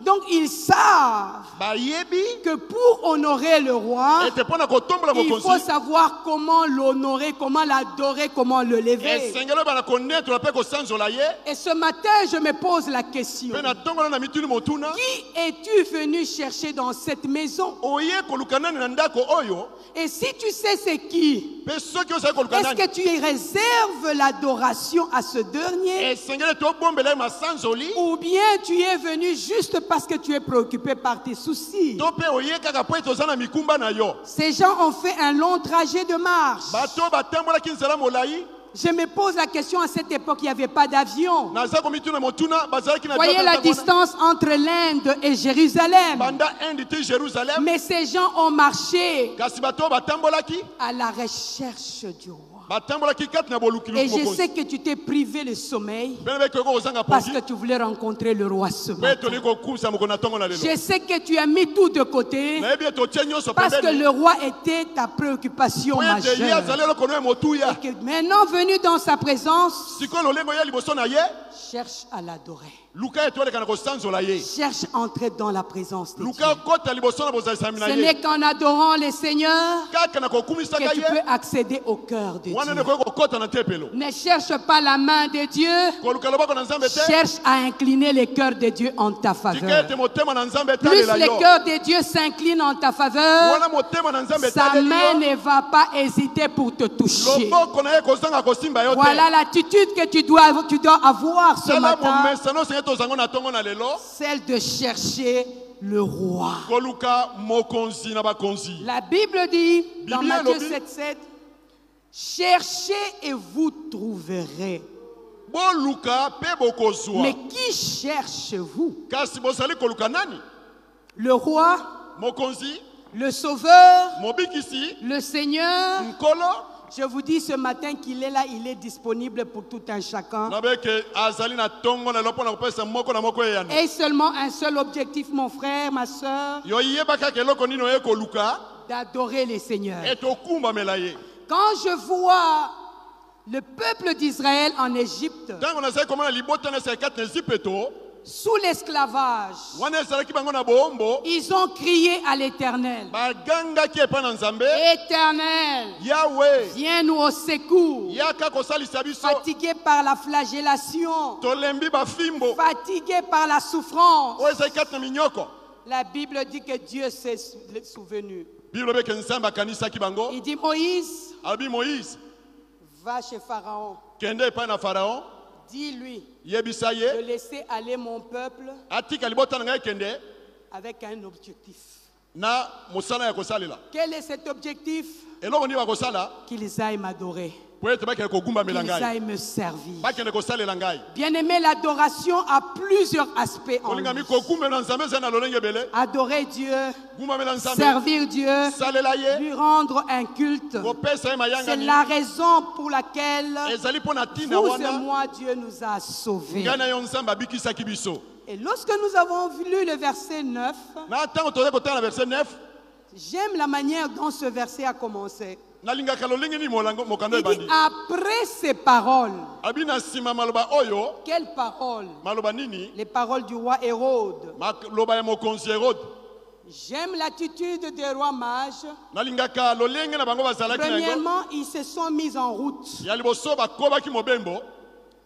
Speaker 1: Donc ils savent
Speaker 2: bayebi
Speaker 1: que pour honorer le roi,
Speaker 2: ete mpo na kotombola
Speaker 1: il faut
Speaker 2: mokonzi
Speaker 1: savoir comment l'honorer, comment l'adorer, comment le lever.
Speaker 2: esengeli oyo bana konetola mpe kosanzola ye
Speaker 1: Et ce matin, je me pose la question.
Speaker 2: mpe na ntongo na mituni motuna
Speaker 1: Qui es-tu venu chercher dans cette maison
Speaker 2: oye koluka nani na ndako oyo
Speaker 1: Et si tu sais c'est qui,
Speaker 2: mpe soki ozali koluka
Speaker 1: est-ce
Speaker 2: nani
Speaker 1: que tu y réserves l'adoration à ce dernier
Speaker 2: esengeli tobombela ye masanzoli
Speaker 1: Ou bien tu es venu juste parce que tu es préoccupé par tes soucis
Speaker 2: to mpe oye kaka mpo ete oza na mikumba na yo
Speaker 1: Ces gens ont fait un long trajet de marche.
Speaker 2: bato batambolaki nzela molai
Speaker 1: Je me pose la question à cette époque, il n'y avait pas d'avion.
Speaker 2: naza komituna motuna bazalaki na
Speaker 1: Voyez la
Speaker 2: biata ntango wana.
Speaker 1: distance entre l'Inde et Jérusalem.
Speaker 2: banda inde te jérusalem
Speaker 1: Mais ces gens ont marché
Speaker 2: kasi bato oyo batambolaki
Speaker 1: à la recherche du roi.
Speaker 2: batambolaki kati na boluki
Speaker 1: Et je
Speaker 2: mokonzi
Speaker 1: sais que tu t'es privé le sommeil.
Speaker 2: mpe na bekeko kozanga
Speaker 1: Parce
Speaker 2: pongi
Speaker 1: que tu voulais rencontrer le roi ce
Speaker 2: mpe
Speaker 1: matin.
Speaker 2: tolingi kokumisa moko na ntongo na lelo
Speaker 1: Je sais que tu as mis tout de côté
Speaker 2: nayebi ete otie nyonso
Speaker 1: parce que
Speaker 2: pembeni.
Speaker 1: le roi était ta préoccupation
Speaker 2: po ete ye
Speaker 1: majeure.
Speaker 2: azali eloko na ye motuya
Speaker 1: Que maintenant venu dans sa présence,
Speaker 2: sikoyo lolenge oya liboso na ye
Speaker 1: cherche à l'adorer.
Speaker 2: luka ete oleka na kosanzola ye
Speaker 1: Cherche à entrer dans la présence de Dieu.
Speaker 2: luka okota liboso na bozalisami na
Speaker 1: Ce
Speaker 2: ye
Speaker 1: n'est qu'en adorant le Seigneur
Speaker 2: kaka na kokumisaka
Speaker 1: que tu peux
Speaker 2: ye
Speaker 1: accéder au cœur de
Speaker 2: wana
Speaker 1: Dieu.
Speaker 2: nekoki kokota na tempelo
Speaker 1: Ne cherche pas la main de Dieu,
Speaker 2: koluka loboko na nzambe te
Speaker 1: cherche à incliner le cœur de Dieu en ta
Speaker 2: tika
Speaker 1: faveur.
Speaker 2: ete motema na nzambe
Speaker 1: Plus
Speaker 2: etalela
Speaker 1: le
Speaker 2: yo
Speaker 1: cœur de Dieu s'incline en ta faveur,
Speaker 2: wana motema na nzambe
Speaker 1: Sa
Speaker 2: etaleli
Speaker 1: main
Speaker 2: yo
Speaker 1: ne va pas hésiter pour te toucher.
Speaker 2: loboko na ye kozanga kosimba yo
Speaker 1: Voilà
Speaker 2: te
Speaker 1: l'attitude que tu dois, tu dois avoir ce
Speaker 2: tala
Speaker 1: matin,
Speaker 2: momesano osenge tozango na ntongo na lelo
Speaker 1: celle de chercher le roi.
Speaker 2: koluka mokonzi na bakonzi
Speaker 1: La Bible dit dans
Speaker 2: Bible,
Speaker 1: Matthieu
Speaker 2: lobby.
Speaker 1: 7, 7, Cherchez et vous trouverez.
Speaker 2: boluka mpe bokozwa
Speaker 1: Mais qui cherche vous
Speaker 2: kasi bozali koluka nani
Speaker 1: Le roi
Speaker 2: mokonzi
Speaker 1: le Sauveur,
Speaker 2: mobikisi
Speaker 1: le Seigneur.
Speaker 2: nkolo
Speaker 1: Je vous dis ce matin qu'il est là, il est disponible pour tout un chacun.
Speaker 2: nayebi eke azali na ntongo na lelo mpo na kopesa moko na moko eyano
Speaker 1: Et seulement un seul objectif, mon frère, ma soeur,
Speaker 2: yo yeba kaka eloko nini oye koluka
Speaker 1: d'adorer le Seigneur.
Speaker 2: ete okumbamela ye
Speaker 1: Quand je vois le peuple d'Israël en Égypte,
Speaker 2: ntango nazali komona libota na esali kati na ezipelo
Speaker 1: sous l'esclavage,
Speaker 2: wana ezalaki bango na boombo
Speaker 1: ils ont crié à l'Éternel.
Speaker 2: bagangaki epai na
Speaker 1: Eh.
Speaker 2: nzambe
Speaker 1: Éternel,
Speaker 2: yawe
Speaker 1: viens-nous au secours.
Speaker 2: yaka kosalisa biso
Speaker 1: Fatigués par la flagellation,
Speaker 2: tolembi bafimbo
Speaker 1: fatigués par la souffrance,
Speaker 2: oyo ezali kati na minyoko
Speaker 1: la Bible dit que Dieu s'est sou- souvenu.
Speaker 2: biblo beke nzambe akanisaki bango
Speaker 1: Il dit, Moïse,
Speaker 2: abi moïse
Speaker 1: Va chez Pharaon,
Speaker 2: kende epai na faraon
Speaker 1: dis-lui
Speaker 2: yebisa
Speaker 1: de
Speaker 2: ye
Speaker 1: laisser aller mon peuple
Speaker 2: atika libota na ngai ekende
Speaker 1: avec un objectif.
Speaker 2: na mosala ya kosalela
Speaker 1: Quel est cet objectif
Speaker 2: eloko nini bakosala
Speaker 1: Qu'ils aillent m'adorer,
Speaker 2: po ete bakende kogumbamela
Speaker 1: qu'ils
Speaker 2: ngai
Speaker 1: aillent me servir.
Speaker 2: bakende kosalela ngai
Speaker 1: Bien-aimé, l'adoration a plusieurs aspects en
Speaker 2: olingami
Speaker 1: lui.
Speaker 2: kogumbamela nzambe ezali na lolenge ebele
Speaker 1: Adorer Dieu,
Speaker 2: gumbamela nzambe
Speaker 1: servir Dieu,
Speaker 2: salela ye
Speaker 1: lui rendre un culte.
Speaker 2: kopesa ye
Speaker 1: C'est
Speaker 2: mayangani
Speaker 1: la raison pour laquelle
Speaker 2: ezali mpo na
Speaker 1: vous
Speaker 2: ntina
Speaker 1: et
Speaker 2: wana
Speaker 1: moi, Dieu nous a sauvés.
Speaker 2: ngai na yo nzambe abikisaki biso
Speaker 1: Et lorsque nous avons lu le verset 9,
Speaker 2: na ntango tozali kotala na verse 9
Speaker 1: j'aime la manière dont ce verset a commencé.
Speaker 2: nalingaka lolenge nini molango- mokanda
Speaker 1: Il dit
Speaker 2: ebandi
Speaker 1: après ces paroles.
Speaker 2: abi na nsima maloba oyo
Speaker 1: Quelles paroles
Speaker 2: maloba nini
Speaker 1: Les paroles du roi Hérode.
Speaker 2: maloba ya mokonzi hérode
Speaker 1: J'aime l'attitude des rois mages.
Speaker 2: nalingaka lolenge na bango bazalaki na yango
Speaker 1: Premièrement, ils se sont mis en route.
Speaker 2: ya liboso bakobaki mobembo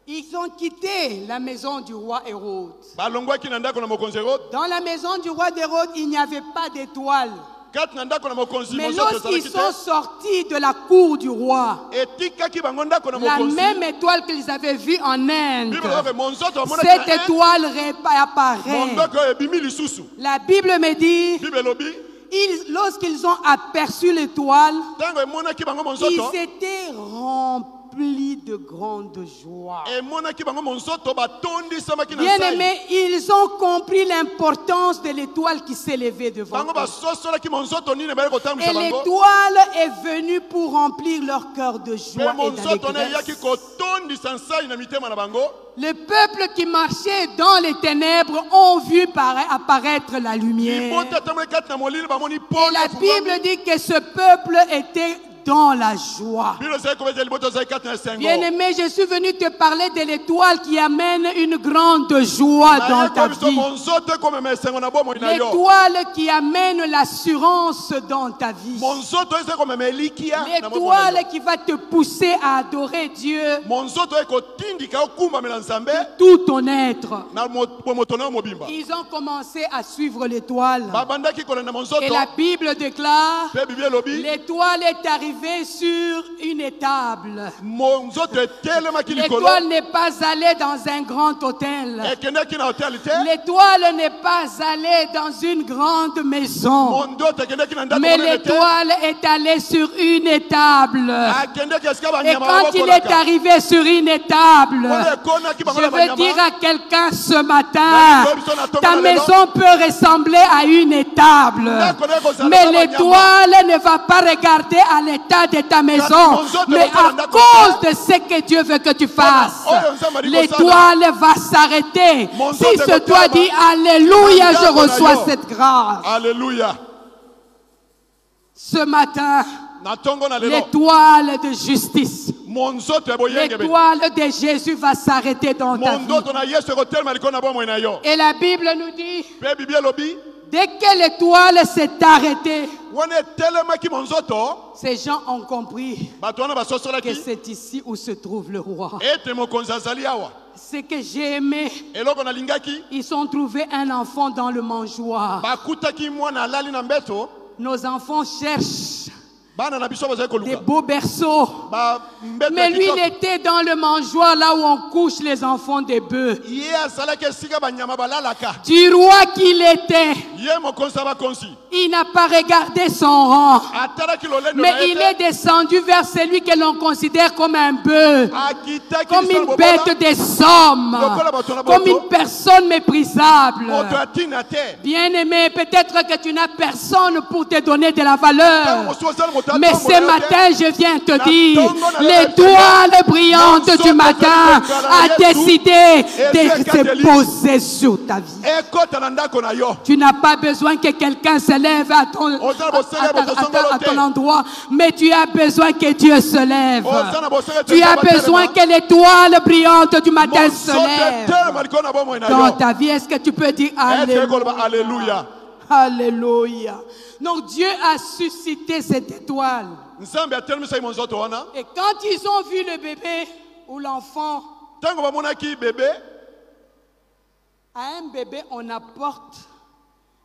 Speaker 1: Ils ont quitté la maison du roi Hérode.
Speaker 2: balongwaki na ndako na mokonzi hérode
Speaker 1: Dans la maison du roi d'Hérode, il n'y avait pas d'étoile.
Speaker 2: kati na ndako na mokonzi
Speaker 1: Mais
Speaker 2: mosusu
Speaker 1: lorsqu'ils
Speaker 2: ezalaki
Speaker 1: sont
Speaker 2: te
Speaker 1: sortis de la cour du roi,
Speaker 2: etikaki bango ndako na
Speaker 1: la
Speaker 2: mokonzi
Speaker 1: même étoile qu'ils avaient vue en Inde,
Speaker 2: bible oyo monzoto
Speaker 1: cette
Speaker 2: bamonaki
Speaker 1: étoile réapparaît.
Speaker 2: mondoko oyo ebimi lisusu
Speaker 1: La Bible me dit,
Speaker 2: bible elobi
Speaker 1: ils- lorsqu'ils ont aperçu l'étoile,
Speaker 2: ntango emonaki bango monzoto
Speaker 1: Ils étaient remplis de grande joie.
Speaker 2: emonaki bango monzoto batondisamaki na
Speaker 1: Bien
Speaker 2: nzai
Speaker 1: aimés, ils ont compris l'importance de l'étoile qui s'élevait devant
Speaker 2: bango
Speaker 1: eux.
Speaker 2: basosolaki monzoto nini ebali
Speaker 1: Et
Speaker 2: kotambwisa bango
Speaker 1: l'étoile est venue pour remplir leur cœur de
Speaker 2: me
Speaker 1: joie et
Speaker 2: monzoto wana
Speaker 1: d'allégresse.
Speaker 2: eyaki kotondisa nsai na mitema na bango
Speaker 1: Le peuple qui marchait dans les ténèbres ont vu para- apparaître la lumière.
Speaker 2: libota atambolaki kati na molili bamoni
Speaker 1: Et
Speaker 2: pole
Speaker 1: la Bible dit que ce peuple était dans la joie.
Speaker 2: bino ezali kobeta libota ezali kati na esengo
Speaker 1: Bien aimé, je suis venu te parler de l'étoile qui amène une grande joie dans
Speaker 2: Nayaki
Speaker 1: ta
Speaker 2: koyebiso
Speaker 1: vie.
Speaker 2: monzoto ekomema esengo na bomoi na yo
Speaker 1: L'étoile qui amène l'assurance dans ta vie.
Speaker 2: monzoto ezali komema elikia na bomoi na
Speaker 1: L'étoile
Speaker 2: yo.
Speaker 1: qui va te pousser à adorer Dieu
Speaker 2: monzoto ekotindika okumbamela nzambe
Speaker 1: de tout ton être.
Speaker 2: na mo- bomoto na yo mobimba
Speaker 1: Ils ont commencé à suivre l'étoile.
Speaker 2: babandaki kolanda
Speaker 1: Et
Speaker 2: monzoto
Speaker 1: la Bible déclare,
Speaker 2: mpe bibi elobi
Speaker 1: l'étoile est arrivée sur une étable.
Speaker 2: monzoto etelemaki likolo
Speaker 1: L'étoile n'est pas allée dans un grand hôtel.
Speaker 2: ekendaki na hoteli te
Speaker 1: L'étoile n'est pas allée dans une grande maison.
Speaker 2: mondoto ekendaki na ndako
Speaker 1: Mais
Speaker 2: monene te
Speaker 1: l'étoile est allée sur une étable.
Speaker 2: akendaki esika
Speaker 1: Et
Speaker 2: banyama
Speaker 1: quand il est
Speaker 2: bakolaka
Speaker 1: arrivé sur une étable,
Speaker 2: oyo ekonaki bango
Speaker 1: je
Speaker 2: na
Speaker 1: veux dire
Speaker 2: banyama
Speaker 1: à quelqu'un ce matin, ta maison peut ressembler à une étable. Mais l'étoile ne va pas regarder à l'état de ta maison, mais à cause de ce que Dieu veut que tu fasses. L'étoile va s'arrêter. Si ce doigt dit Alléluia, je reçois cette grâce.
Speaker 2: alleluya
Speaker 1: Ce matin,
Speaker 2: na ntongo na lelo
Speaker 1: l'étoile de justice.
Speaker 2: monzoto ya boyengebeni
Speaker 1: L'étoile de Jésus va s'arrêter dans ta vie.
Speaker 2: mondoto na yesu ekotelema likolo na bomoi na yo
Speaker 1: Et la Bible nous dit,
Speaker 2: mpe bibi elobi
Speaker 1: dès que l'étoile s'est arrêtée,
Speaker 2: wana etelemaki monzoto
Speaker 1: ces gens ont compris
Speaker 2: bato wana
Speaker 1: que
Speaker 2: basosolaki
Speaker 1: c'est ici où se trouve le roi.
Speaker 2: ete mokonzi azali awa
Speaker 1: Ce que j'ai aimé,
Speaker 2: eloko nalingaki
Speaker 1: ils ont trouvé un enfant dans le mangeoire.
Speaker 2: bakutaki mwana alali na mbeto
Speaker 1: Nos enfants cherchent
Speaker 2: bana na biso
Speaker 1: des
Speaker 2: bazali koluka
Speaker 1: beaux berceaux.
Speaker 2: bambeto ya
Speaker 1: Mais lui, il
Speaker 2: kitoko.
Speaker 1: était dans le mangeoire là où on couche les enfants des bœufs.
Speaker 2: ye azalaki esika banyama balalaka
Speaker 1: Du roi qu'il était,
Speaker 2: ye mokonzi abakonzi
Speaker 1: Il n'a pas regardé son rang,
Speaker 2: atalaki lolendo na
Speaker 1: mais il
Speaker 2: ye
Speaker 1: est
Speaker 2: te,
Speaker 1: descendu vers celui que l'on considère comme un bœuf,
Speaker 2: akitaki
Speaker 1: comme
Speaker 2: lisolo
Speaker 1: une
Speaker 2: bobola,
Speaker 1: bête des sommes,
Speaker 2: Lokola bato na
Speaker 1: comme
Speaker 2: bato.
Speaker 1: une personne méprisable.
Speaker 2: moto atini na te
Speaker 1: Bien-aimé, peut-être que tu n'as personne pour te donner de la
Speaker 2: ntango
Speaker 1: valeur.
Speaker 2: Eh, mosusu azali moto
Speaker 1: Ah. Mais
Speaker 2: atombola
Speaker 1: ce
Speaker 2: yo te,
Speaker 1: matin, je viens te
Speaker 2: La
Speaker 1: dire,
Speaker 2: tombe dans la
Speaker 1: l'étoile brillante du matin a décidé de se poser sur ta vie.
Speaker 2: ekɔta na ndako na yo
Speaker 1: Tu n'as pas besoin que quelqu'un se lève à ton, à, à- à- à- à ton endroit, mais tu as besoin que Dieu se lève. Tu as besoin que l'étoile brillante du
Speaker 2: hein.
Speaker 1: matin se lève.
Speaker 2: mosotetele maliko na bomoi na
Speaker 1: Dans
Speaker 2: yo
Speaker 1: ta vie, est-ce que tu peux dire
Speaker 2: ete
Speaker 1: Alléluia?
Speaker 2: ekoloba aleluya
Speaker 1: Alléluia. Donc Dieu a suscité cette étoile.
Speaker 2: nzambe atelemisaki monzoto wana
Speaker 1: Et quand ils ont vu le bébé ou l'enfant,
Speaker 2: ntango bamonaki bebe
Speaker 1: à un bébé, on apporte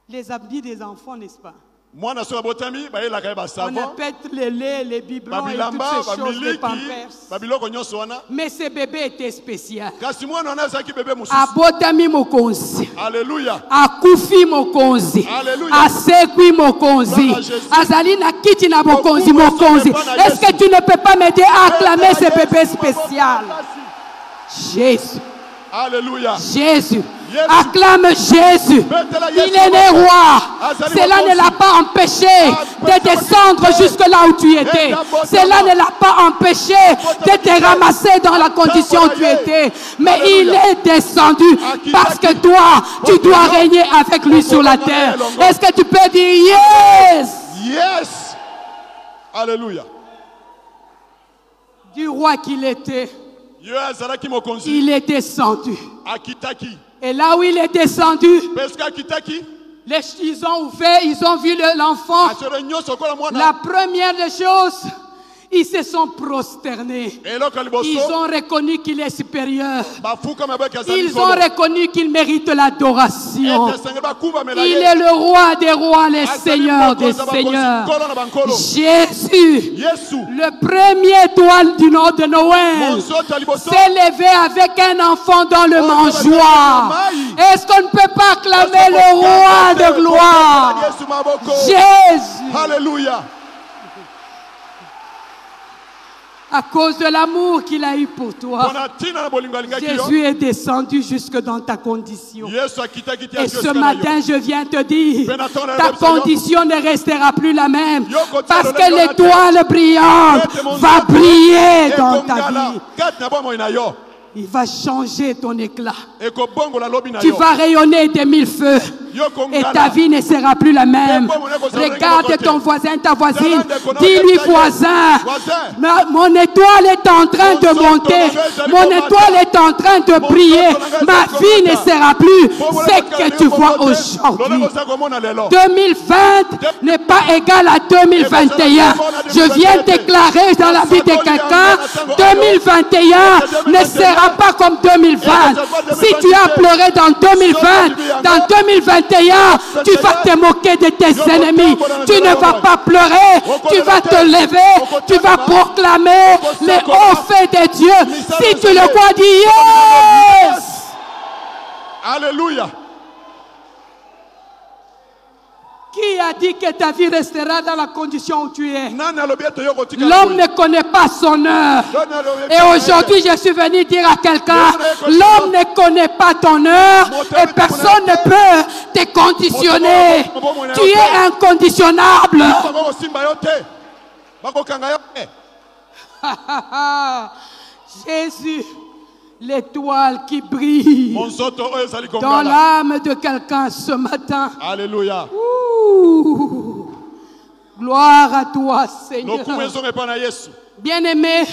Speaker 1: les habits des enfants, n'est-ce pas
Speaker 2: mwana soki abotami bayelaka ye
Speaker 1: On
Speaker 2: basavon
Speaker 1: appelle le lait, les
Speaker 2: Bah,
Speaker 1: biberons et
Speaker 2: babilamba
Speaker 1: toutes ces choses, les
Speaker 2: bamiliki
Speaker 1: pampers.
Speaker 2: babiloko nyonso wana
Speaker 1: Mais ce bébé était spécial.
Speaker 2: kasi mwana wana azalaki bebe mosusu
Speaker 1: abotami mokonzi
Speaker 2: aleluya
Speaker 1: akufi mokonzi
Speaker 2: Alléluia.
Speaker 1: asekwi mokonzi
Speaker 2: Gloire à Jésus.
Speaker 1: azali na kiti na bokonzi
Speaker 2: Okumu
Speaker 1: mokonzi
Speaker 2: ezolepa na
Speaker 1: est-ce que
Speaker 2: Yesu.
Speaker 1: tu ne peux pas m'aider à
Speaker 2: Eh,
Speaker 1: acclamer ce bébé
Speaker 2: Yesu,
Speaker 1: spécial jésus
Speaker 2: aleluya
Speaker 1: Jésus.
Speaker 2: Jésus.
Speaker 1: Acclame Jésus.
Speaker 2: Mettez-la,
Speaker 1: Il
Speaker 2: Jésus, Ah,
Speaker 1: est né
Speaker 2: Jésus.
Speaker 1: roi.
Speaker 2: Azali
Speaker 1: Cela ne
Speaker 2: Mokonzi.
Speaker 1: l'a pas empêché
Speaker 2: Ah,
Speaker 1: de
Speaker 2: Azali
Speaker 1: descendre
Speaker 2: Mokonzi.
Speaker 1: jusque là où
Speaker 2: Eh
Speaker 1: tu étais.
Speaker 2: d'abord,
Speaker 1: Cela
Speaker 2: d'abord.
Speaker 1: ne l'a pas empêché de te ramasser dans la condition où tu
Speaker 2: Amen.
Speaker 1: étais. Mais il
Speaker 2: Alléluia.
Speaker 1: est descendu
Speaker 2: Aki,
Speaker 1: parce que
Speaker 2: aki.
Speaker 1: toi, tu
Speaker 2: Mokonzi.
Speaker 1: dois régner avec lui sur la
Speaker 2: Mokonzi,
Speaker 1: terre.
Speaker 2: Longo.
Speaker 1: Est-ce que tu peux dire yes
Speaker 2: yes aleluya
Speaker 1: du roi qu'il était?
Speaker 2: ye azalaki mokonzi
Speaker 1: Il est descendu.
Speaker 2: akitaki
Speaker 1: Et là où il est descendu,
Speaker 2: mpe soki akitaki
Speaker 1: les, ils ont ouvert, ils ont vu le- l'enfant.
Speaker 2: asolo nyonso okola
Speaker 1: La
Speaker 2: mwana
Speaker 1: première des choses, ils se sont prosternés.
Speaker 2: eloko ya
Speaker 1: Ils
Speaker 2: liboso
Speaker 1: ont reconnu qu'il est supérieur.
Speaker 2: bafukama beke azali
Speaker 1: Ils ont
Speaker 2: likolo
Speaker 1: reconnu qu'il mérite l'adoration.
Speaker 2: ete esengeli bakumbamela
Speaker 1: Il
Speaker 2: ye
Speaker 1: est le roi des rois, le
Speaker 2: Azali
Speaker 1: seigneur des
Speaker 2: mokonzi ya bakonzi,
Speaker 1: seigneurs.
Speaker 2: nkolo na bankolo
Speaker 1: Jésus,
Speaker 2: yesu
Speaker 1: le premier étoile du nom de Noël,
Speaker 2: monzoto ya liboso
Speaker 1: s'est levé avec un enfant dans le mangeoire. Est-ce qu'on ne peut pas acclamer le roi de gloire?
Speaker 2: yesu maboko
Speaker 1: Jésus.
Speaker 2: haleluya
Speaker 1: À cause de l'amour qu'il a eu pour toi,
Speaker 2: mpona ntina na bolingo alingaki yo
Speaker 1: Jésus est descendu jusque dans ta condition.
Speaker 2: yesu akitaki te
Speaker 1: Et ce
Speaker 2: atiyo sika na yo.
Speaker 1: matin, je viens te dire,
Speaker 2: Bien entendu,
Speaker 1: ta
Speaker 2: Madame Seigneur.
Speaker 1: condition ne restera plus la même.
Speaker 2: Yo, continue,
Speaker 1: Parce que
Speaker 2: Madame Seigneur.
Speaker 1: l'étoile brillante
Speaker 2: Ete monzoto
Speaker 1: va briller dans ta
Speaker 2: ekongala
Speaker 1: vie.
Speaker 2: kati na bomoi na yo
Speaker 1: Il va changer ton éclat.
Speaker 2: ekobongola lobi na
Speaker 1: Tu
Speaker 2: yo
Speaker 1: vas rayonner des mille feux.
Speaker 2: yo
Speaker 1: Et ta
Speaker 2: kongala
Speaker 1: vie ne sera plus la même.
Speaker 2: Bien, bon, mon écoute,
Speaker 1: Regarde
Speaker 2: écoute.
Speaker 1: ton voisin, ta voisine.
Speaker 2: Bien, bon,
Speaker 1: Dis-lui,
Speaker 2: écoute.
Speaker 1: voisin,
Speaker 2: Voisin.
Speaker 1: ma- mon étoile est en train
Speaker 2: Mon
Speaker 1: de
Speaker 2: sang, ton
Speaker 1: monter.
Speaker 2: étoile est
Speaker 1: Mon
Speaker 2: allée
Speaker 1: étoile est en train de
Speaker 2: Mon
Speaker 1: briller.
Speaker 2: sang, ton étoile
Speaker 1: Ma
Speaker 2: est
Speaker 1: vie ne
Speaker 2: allée
Speaker 1: sera plus
Speaker 2: Bon, bon,
Speaker 1: ce
Speaker 2: écoute,
Speaker 1: que
Speaker 2: écoute,
Speaker 1: tu
Speaker 2: bon,
Speaker 1: vois
Speaker 2: bon,
Speaker 1: aujourd'hui.
Speaker 2: lolenge ozakomona lelo
Speaker 1: 2020 n'est pas égal à 2021. Je viens déclarer dans la vie de quelqu'un, 2021 ne sera pas comme 2020. Si tu as pleuré dans 2020, dans 2021, tu vas te moquer de tes ennemis. Tu ne vas pas pleurer, tu vas te lever, tu vas proclamer les hauts faits de Dieu. Si tu le crois, dis yes!
Speaker 2: alléluia
Speaker 1: Qui a dit que ta vie restera dans la condition où tu es?
Speaker 2: nani alobi ete yo kotika
Speaker 1: L'homme ne connaît pas son heure.
Speaker 2: L'homme ne-
Speaker 1: Et aujourd'hui, je suis venu dire à quelqu'un, l'homme ne connaît pas ton heure et personne ne peut te conditionner. Tu es inconditionnable. [laughs]
Speaker 2: bakokosimba yo te bakokanga yo te
Speaker 1: Jésus, l'étoile qui brille
Speaker 2: monzoto oyo ezali
Speaker 1: dans
Speaker 2: kongala
Speaker 1: l'âme de quelqu'un ce matin.
Speaker 2: alleluya
Speaker 1: Ouh. gloire à toi, Seigneur.
Speaker 2: lokumu ezonga epai na yesu
Speaker 1: Bien-aimés,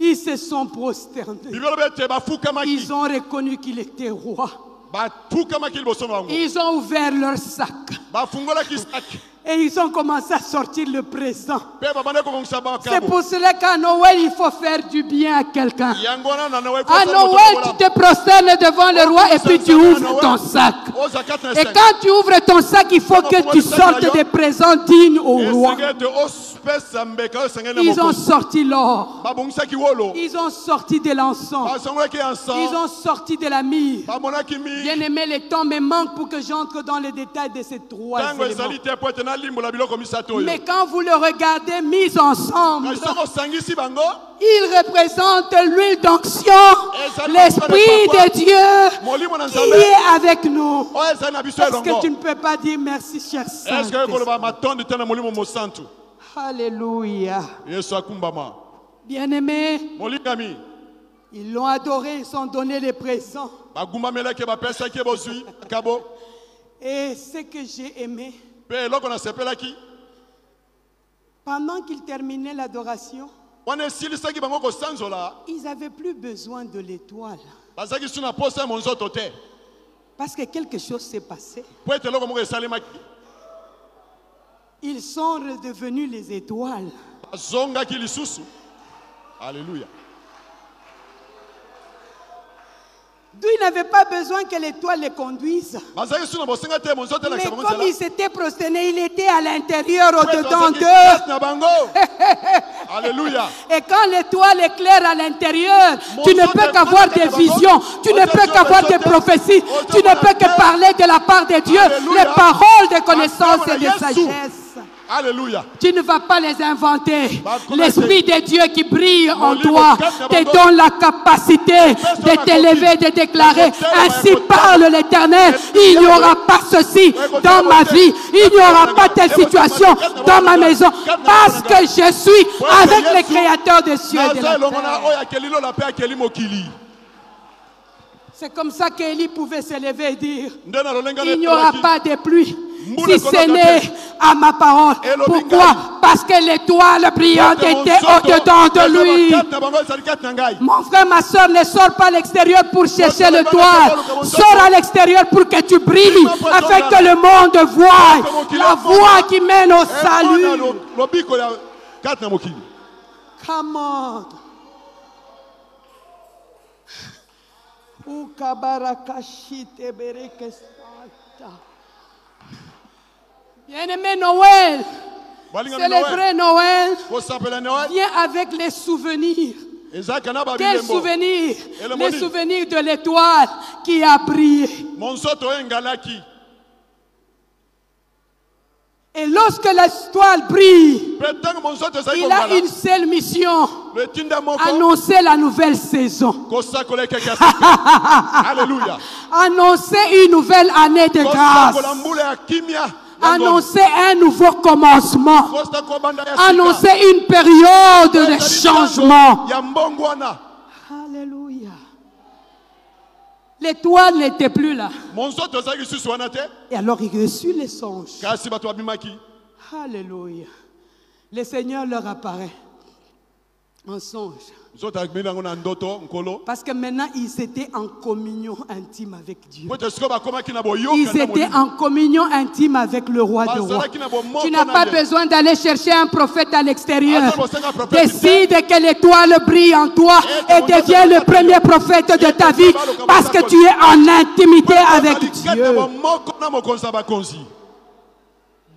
Speaker 1: ils se sont prosternés.
Speaker 2: bibelo be ete bafukamaki
Speaker 1: Ils ont reconnu qu'il était roi.
Speaker 2: bafukamaki liboso na bango
Speaker 1: Ils ont ouvert leur sac
Speaker 2: bafungolaki saki
Speaker 1: et ils ont commencé à sortir le présent.
Speaker 2: mpe babandi kobongisa
Speaker 1: C'est
Speaker 2: bakabo
Speaker 1: pour cela qu'à Noël, il faut faire du bien à quelqu'un.
Speaker 2: yango wana na noel
Speaker 1: À Noël, tu te prosternes devant le roi et puis tu ouvres ton sac.
Speaker 2: oza 4 na
Speaker 1: Et quand tu ouvres ton sac, il faut que tu sortes des présents dignes au roi.
Speaker 2: esengete espèce ya mbeka oyo esengeli na
Speaker 1: Ils ont
Speaker 2: mokili
Speaker 1: sorti l'or.
Speaker 2: babongisaki wolo
Speaker 1: Ils ont sorti de l'encens.
Speaker 2: basangolaki
Speaker 1: Ils
Speaker 2: ansan
Speaker 1: ont sorti de la mire.
Speaker 2: bamonaki mi
Speaker 1: Bien-aimé, le temps me manque pour que j'entre dans les détails de ces trois
Speaker 2: ntango
Speaker 1: éléments.
Speaker 2: ezali te po ete nalimbola biloko misato oyo
Speaker 1: Mais quand vous le regardez mis ensemble,
Speaker 2: kasi soki osangisi bango
Speaker 1: il représente l'huile d'onction,
Speaker 2: ça nous
Speaker 1: l'Esprit
Speaker 2: donne pas
Speaker 1: de Dieu
Speaker 2: molimo na
Speaker 1: qui
Speaker 2: nzambe
Speaker 1: est avec nous.
Speaker 2: oyo ezali na biso
Speaker 1: Est-ce que
Speaker 2: elongo
Speaker 1: tu ne peux pas dire merci, cher
Speaker 2: eske oyo
Speaker 1: Saint
Speaker 2: koloba matondi te na molimo mosantu
Speaker 1: Alléluia.
Speaker 2: yesu akumbama
Speaker 1: Bien-aimés,
Speaker 2: molingami
Speaker 1: ils l'ont adoré, ils ont donné les présents.
Speaker 2: bagumbamelaki bapesaki ye bozwi kabo
Speaker 1: Et ce que j'ai aimé,
Speaker 2: mpe eloko nasepelaki
Speaker 1: pendant qu'ils terminaient l'adoration,
Speaker 2: wana esilisaki bango kosanzola
Speaker 1: ils n'avaient plus besoin de l'étoile.
Speaker 2: bazalaki su na posa ya monzoto te
Speaker 1: Parce que quelque chose s'est passé.
Speaker 2: po ete eloko moko esalemaki
Speaker 1: Ils sont redevenus les étoiles.
Speaker 2: bazongaki lisusu alleluya
Speaker 1: D'où ils n'avaient pas besoin que l'étoile les conduise.
Speaker 2: bazalaki su na bosenga te monzoto
Speaker 1: Mais
Speaker 2: elakisa bango
Speaker 1: comme
Speaker 2: nzela
Speaker 1: ils s'étaient prosternés, il était à l'intérieur,
Speaker 2: Po ete
Speaker 1: au-dedans
Speaker 2: bazalaki
Speaker 1: d'eux.
Speaker 2: place na bango
Speaker 1: [laughs]
Speaker 2: alleluya
Speaker 1: Et quand l'étoile éclaire à l'intérieur,
Speaker 2: Mon
Speaker 1: tu ne
Speaker 2: Dieu,
Speaker 1: peux
Speaker 2: te
Speaker 1: qu'avoir
Speaker 2: prends
Speaker 1: des
Speaker 2: ta
Speaker 1: visions,
Speaker 2: parole.
Speaker 1: tu
Speaker 2: Mon
Speaker 1: ne
Speaker 2: Dieu,
Speaker 1: peux
Speaker 2: te
Speaker 1: qu'avoir
Speaker 2: prends
Speaker 1: des
Speaker 2: ta-
Speaker 1: prophéties,
Speaker 2: Mon Dieu,
Speaker 1: tu ne
Speaker 2: mon
Speaker 1: peux que
Speaker 2: Dieu.
Speaker 1: parler de la part de Dieu,
Speaker 2: Alléluia.
Speaker 1: les paroles de connaissance
Speaker 2: Alléluia,
Speaker 1: et de
Speaker 2: Jésus.
Speaker 1: sagesse.
Speaker 2: alleluya
Speaker 1: Tu ne vas pas les inventer.
Speaker 2: Bah, comment
Speaker 1: L'Esprit de Dieu qui brille en
Speaker 2: livre
Speaker 1: toi
Speaker 2: quatre,
Speaker 1: te
Speaker 2: d'abord.
Speaker 1: donne la capacité de
Speaker 2: ma
Speaker 1: t'élever, de
Speaker 2: copine.
Speaker 1: déclarer.
Speaker 2: Mon Dieu, ma
Speaker 1: Ainsi
Speaker 2: copine.
Speaker 1: parle l'Éternel.
Speaker 2: Esprit
Speaker 1: Il n'y
Speaker 2: de
Speaker 1: aura
Speaker 2: Dieu.
Speaker 1: pas ceci
Speaker 2: Mon Dieu,
Speaker 1: dans
Speaker 2: mon
Speaker 1: ma
Speaker 2: Dieu.
Speaker 1: vie. Il n'y aura
Speaker 2: Mon
Speaker 1: pas
Speaker 2: Dieu,
Speaker 1: telle
Speaker 2: mon Dieu,
Speaker 1: situation
Speaker 2: mon Dieu, mon
Speaker 1: dans
Speaker 2: Dieu,
Speaker 1: ma
Speaker 2: mon Dieu.
Speaker 1: maison.
Speaker 2: Quatre,
Speaker 1: Parce
Speaker 2: mon Dieu.
Speaker 1: que je suis
Speaker 2: Dieu,
Speaker 1: avec le
Speaker 2: Jésus.
Speaker 1: Créateur des cieux et de
Speaker 2: naza
Speaker 1: la
Speaker 2: elongo na oyo
Speaker 1: terre.
Speaker 2: akeli lola mpe akeli mokili
Speaker 1: C'est comme ça qu'Élie pouvait se lever et dire
Speaker 2: nde na lolenge
Speaker 1: Il n'y aura
Speaker 2: natalaki.
Speaker 1: pas de pluie
Speaker 2: Moule
Speaker 1: si ce
Speaker 2: konokote.
Speaker 1: n'est à ma parole.
Speaker 2: Et le
Speaker 1: Pourquoi
Speaker 2: bingani.
Speaker 1: Parce que l'étoile brillante
Speaker 2: Ete
Speaker 1: était
Speaker 2: monzoto,
Speaker 1: au-dedans de
Speaker 2: ete
Speaker 1: lui.
Speaker 2: bakate na bango ezali kati na ngai
Speaker 1: Mon frère, ma soeur, ne sors pas à l'extérieur pour chercher
Speaker 2: Monzoto,
Speaker 1: le
Speaker 2: le
Speaker 1: toit.
Speaker 2: monzoto.
Speaker 1: Sors à l'extérieur pour que tu brilles,
Speaker 2: Monzoto,
Speaker 1: afin
Speaker 2: monzoto.
Speaker 1: que le monde voie
Speaker 2: Monzoto, monzoto.
Speaker 1: la voie qui mène au
Speaker 2: Emona
Speaker 1: salut.
Speaker 2: lo- lobiko ya kati na mokili
Speaker 1: Come on. Ukabarakashite berekesata. Bien-aimé Noël,
Speaker 2: balingami noel
Speaker 1: célébrer Noël
Speaker 2: kosapela noel
Speaker 1: vient avec les souvenirs.
Speaker 2: ezalaka na
Speaker 1: Quels
Speaker 2: babilembo
Speaker 1: souvenirs
Speaker 2: Et
Speaker 1: Les
Speaker 2: le moni.
Speaker 1: souvenirs de l'étoile qui a brillé.
Speaker 2: monzoto oyo engalaki
Speaker 1: Et lorsque l'étoile brille,
Speaker 2: mpe ntango monzoto ezali
Speaker 1: il a
Speaker 2: kongala
Speaker 1: une seule mission
Speaker 2: loetinda moko
Speaker 1: annoncer la nouvelle saison. [laughs]
Speaker 2: kosakola ekeke ya sika alleluya
Speaker 1: Annoncer une nouvelle année de grâce.
Speaker 2: kosakola mbula ya kimia ya ngombe.
Speaker 1: Annoncer un nouveau commencement.
Speaker 2: Kosa kobanda ya sika.
Speaker 1: Annoncer une période
Speaker 2: Ezali
Speaker 1: de
Speaker 2: ntango
Speaker 1: changement.
Speaker 2: ya mbongo wana
Speaker 1: Alléluia. L'étoile n'était plus là.
Speaker 2: monzoto ezalaki lisusu wana te
Speaker 1: Et alors il reçut les songes.
Speaker 2: kasi bato babimaki
Speaker 1: Alléluia. Le Seigneur leur apparaît en songe.
Speaker 2: nzoto abimi yango na ndoto nkolo
Speaker 1: Parce que maintenant, ils étaient en communion intime avec Dieu.
Speaker 2: po ete sikoyo bakomaki na
Speaker 1: Ils
Speaker 2: boyokani na
Speaker 1: étaient
Speaker 2: molimo.
Speaker 1: en communion intime avec le roi de rois. Tu n'as pas besoin d'aller chercher un prophète à l'extérieur. Décide que l'étoile brille en toi et deviens le premier prophète de ta vie parce que tu es en intimité avec Dieu.
Speaker 2: moko na mokonzi ya bakonzi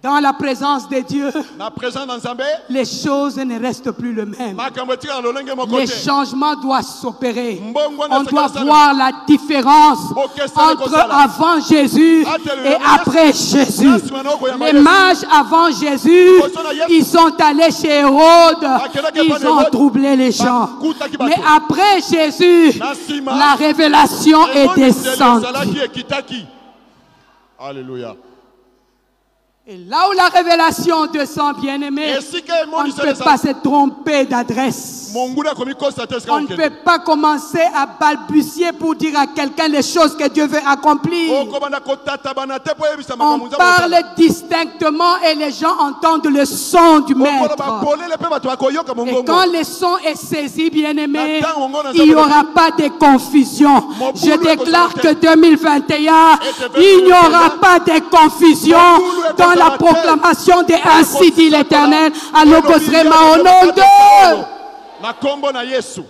Speaker 1: Dans la présence de Dieu,
Speaker 2: na présence na nzambe
Speaker 1: les choses ne restent plus les mêmes.
Speaker 2: makambo etika na lolenge moko
Speaker 1: Les
Speaker 2: te
Speaker 1: changements doivent s'opérer.
Speaker 2: Mbongo na
Speaker 1: On doit
Speaker 2: sakasa na-
Speaker 1: voir la différence
Speaker 2: Bokesele
Speaker 1: entre
Speaker 2: kosala.
Speaker 1: avant Jésus
Speaker 2: Atelelo
Speaker 1: et
Speaker 2: yesu.
Speaker 1: après Jésus.
Speaker 2: Yesu wana okoyamba
Speaker 1: Les
Speaker 2: Yesu.
Speaker 1: mages avant Jésus,
Speaker 2: Kosala Yesu.
Speaker 1: ils sont allés chez Hérode,
Speaker 2: Bakelaki
Speaker 1: ils
Speaker 2: epai
Speaker 1: ont
Speaker 2: Hérode.
Speaker 1: troublé les gens.
Speaker 2: Bakutaki bato.
Speaker 1: Mais après Jésus,
Speaker 2: Na nsima,
Speaker 1: la révélation est
Speaker 2: Emoniseli
Speaker 1: descendue.
Speaker 2: ezalaki ekitaki alleluya
Speaker 1: Et là où la révélation descend, bien aimé,
Speaker 2: esika
Speaker 1: on ne
Speaker 2: emoniseli
Speaker 1: peut pas
Speaker 2: ezalaki
Speaker 1: se tromper d'adresse.
Speaker 2: monguna ekomi kosa te esika
Speaker 1: On ne peut
Speaker 2: okende
Speaker 1: pas commencer à balbutier pour dire à quelqu'un les choses que Dieu veut accomplir.
Speaker 2: okobanda kotatabana te po oyebisa
Speaker 1: On
Speaker 2: makambo
Speaker 1: parle distinctement et les gens entendent le son du
Speaker 2: Oh, okoloba
Speaker 1: maître.
Speaker 2: polele mpe bato bakoyoka
Speaker 1: Et quand
Speaker 2: mongongo
Speaker 1: le son est saisi, bien-aimé,
Speaker 2: Nathan, on a-
Speaker 1: il n'y aura pas de confusion.
Speaker 2: Mon
Speaker 1: Je
Speaker 2: boulot est
Speaker 1: déclare que
Speaker 2: conservateur.
Speaker 1: 2021,
Speaker 2: Et
Speaker 1: il n'y aura
Speaker 2: 2021,
Speaker 1: pas de confusion
Speaker 2: Mon boulot est
Speaker 1: dans la
Speaker 2: conservateur.
Speaker 1: proclamation de Ainsi dit l'Éternel à l'opposement au nom de.
Speaker 2: na kombo na yesu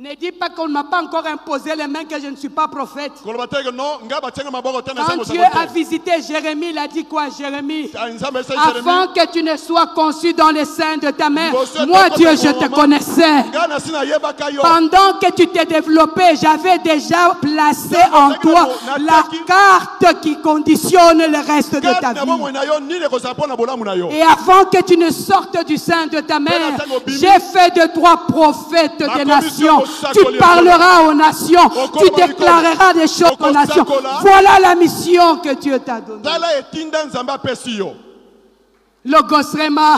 Speaker 1: Ne dis pas qu'on ne m'a pas encore imposé les mains que je ne suis pas prophète.
Speaker 2: koloba teke no nga batienge maboko te na
Speaker 1: Quand
Speaker 2: nzambe
Speaker 1: Dieu a
Speaker 2: osango te.
Speaker 1: visité Jérémie, il a dit quoi, Jérémie
Speaker 2: Ta nzambe esali
Speaker 1: Avant
Speaker 2: Jérémie,
Speaker 1: que tu ne sois conçu dans les seins de ta mère,
Speaker 2: Liboso
Speaker 1: moi
Speaker 2: toko
Speaker 1: Dieu,
Speaker 2: te
Speaker 1: je te
Speaker 2: koloma.
Speaker 1: connaissais.
Speaker 2: nga na si nayebaka yo
Speaker 1: Pendant que tu t'es développé, j'avais déjà placé en toi la carte qui conditionne le reste de ta
Speaker 2: kati na bomoi
Speaker 1: vie.
Speaker 2: na yo nini ekozala mpo na bolamu na yo
Speaker 1: Et avant que tu ne sortes du sein de ta mère, j'ai fait de toi prophète des nations. Tu parleras aux nations, tu déclareras des choses aux nations. Voilà la mission que Dieu t'a donnée.
Speaker 2: tala etinda nzambe apesi yo
Speaker 1: Logos Rema,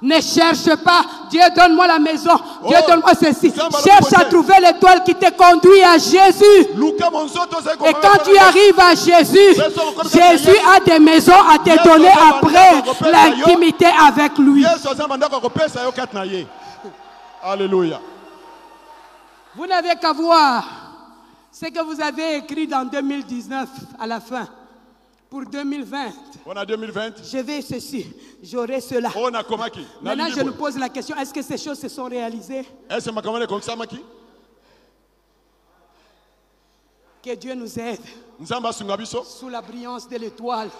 Speaker 1: ne cherche pas, Dieu donne-moi la maison, Dieu
Speaker 2: Oh,
Speaker 1: donne-moi ceci.
Speaker 2: ça va le
Speaker 1: Cherche à
Speaker 2: prochain.
Speaker 1: trouver l'étoile qui te conduit à Jésus.
Speaker 2: luka monzoto ozali
Speaker 1: Et
Speaker 2: komona
Speaker 1: quand tu
Speaker 2: na-
Speaker 1: arrives à Jésus, Jésus a des maisons à te donner après l'intimité avec lui.
Speaker 2: yesu aza na bandako akopesa yo kati na ye alleluya
Speaker 1: Vous n'avez qu'à voir ce que vous avez écrit dans 2019 à la fin. Pour 2020,
Speaker 2: mpo na 2020
Speaker 1: je vais ceci, j'aurai cela.
Speaker 2: oyo Oh, nakomaki
Speaker 1: Maintenant,
Speaker 2: nalingi
Speaker 1: je nous
Speaker 2: boye.
Speaker 1: pose la question, est-ce que ces choses se sont réalisées
Speaker 2: ese makambo wana ekokisamaki
Speaker 1: Que Dieu nous aide
Speaker 2: nzambe asunga biso
Speaker 1: sous la brillance de l'étoile.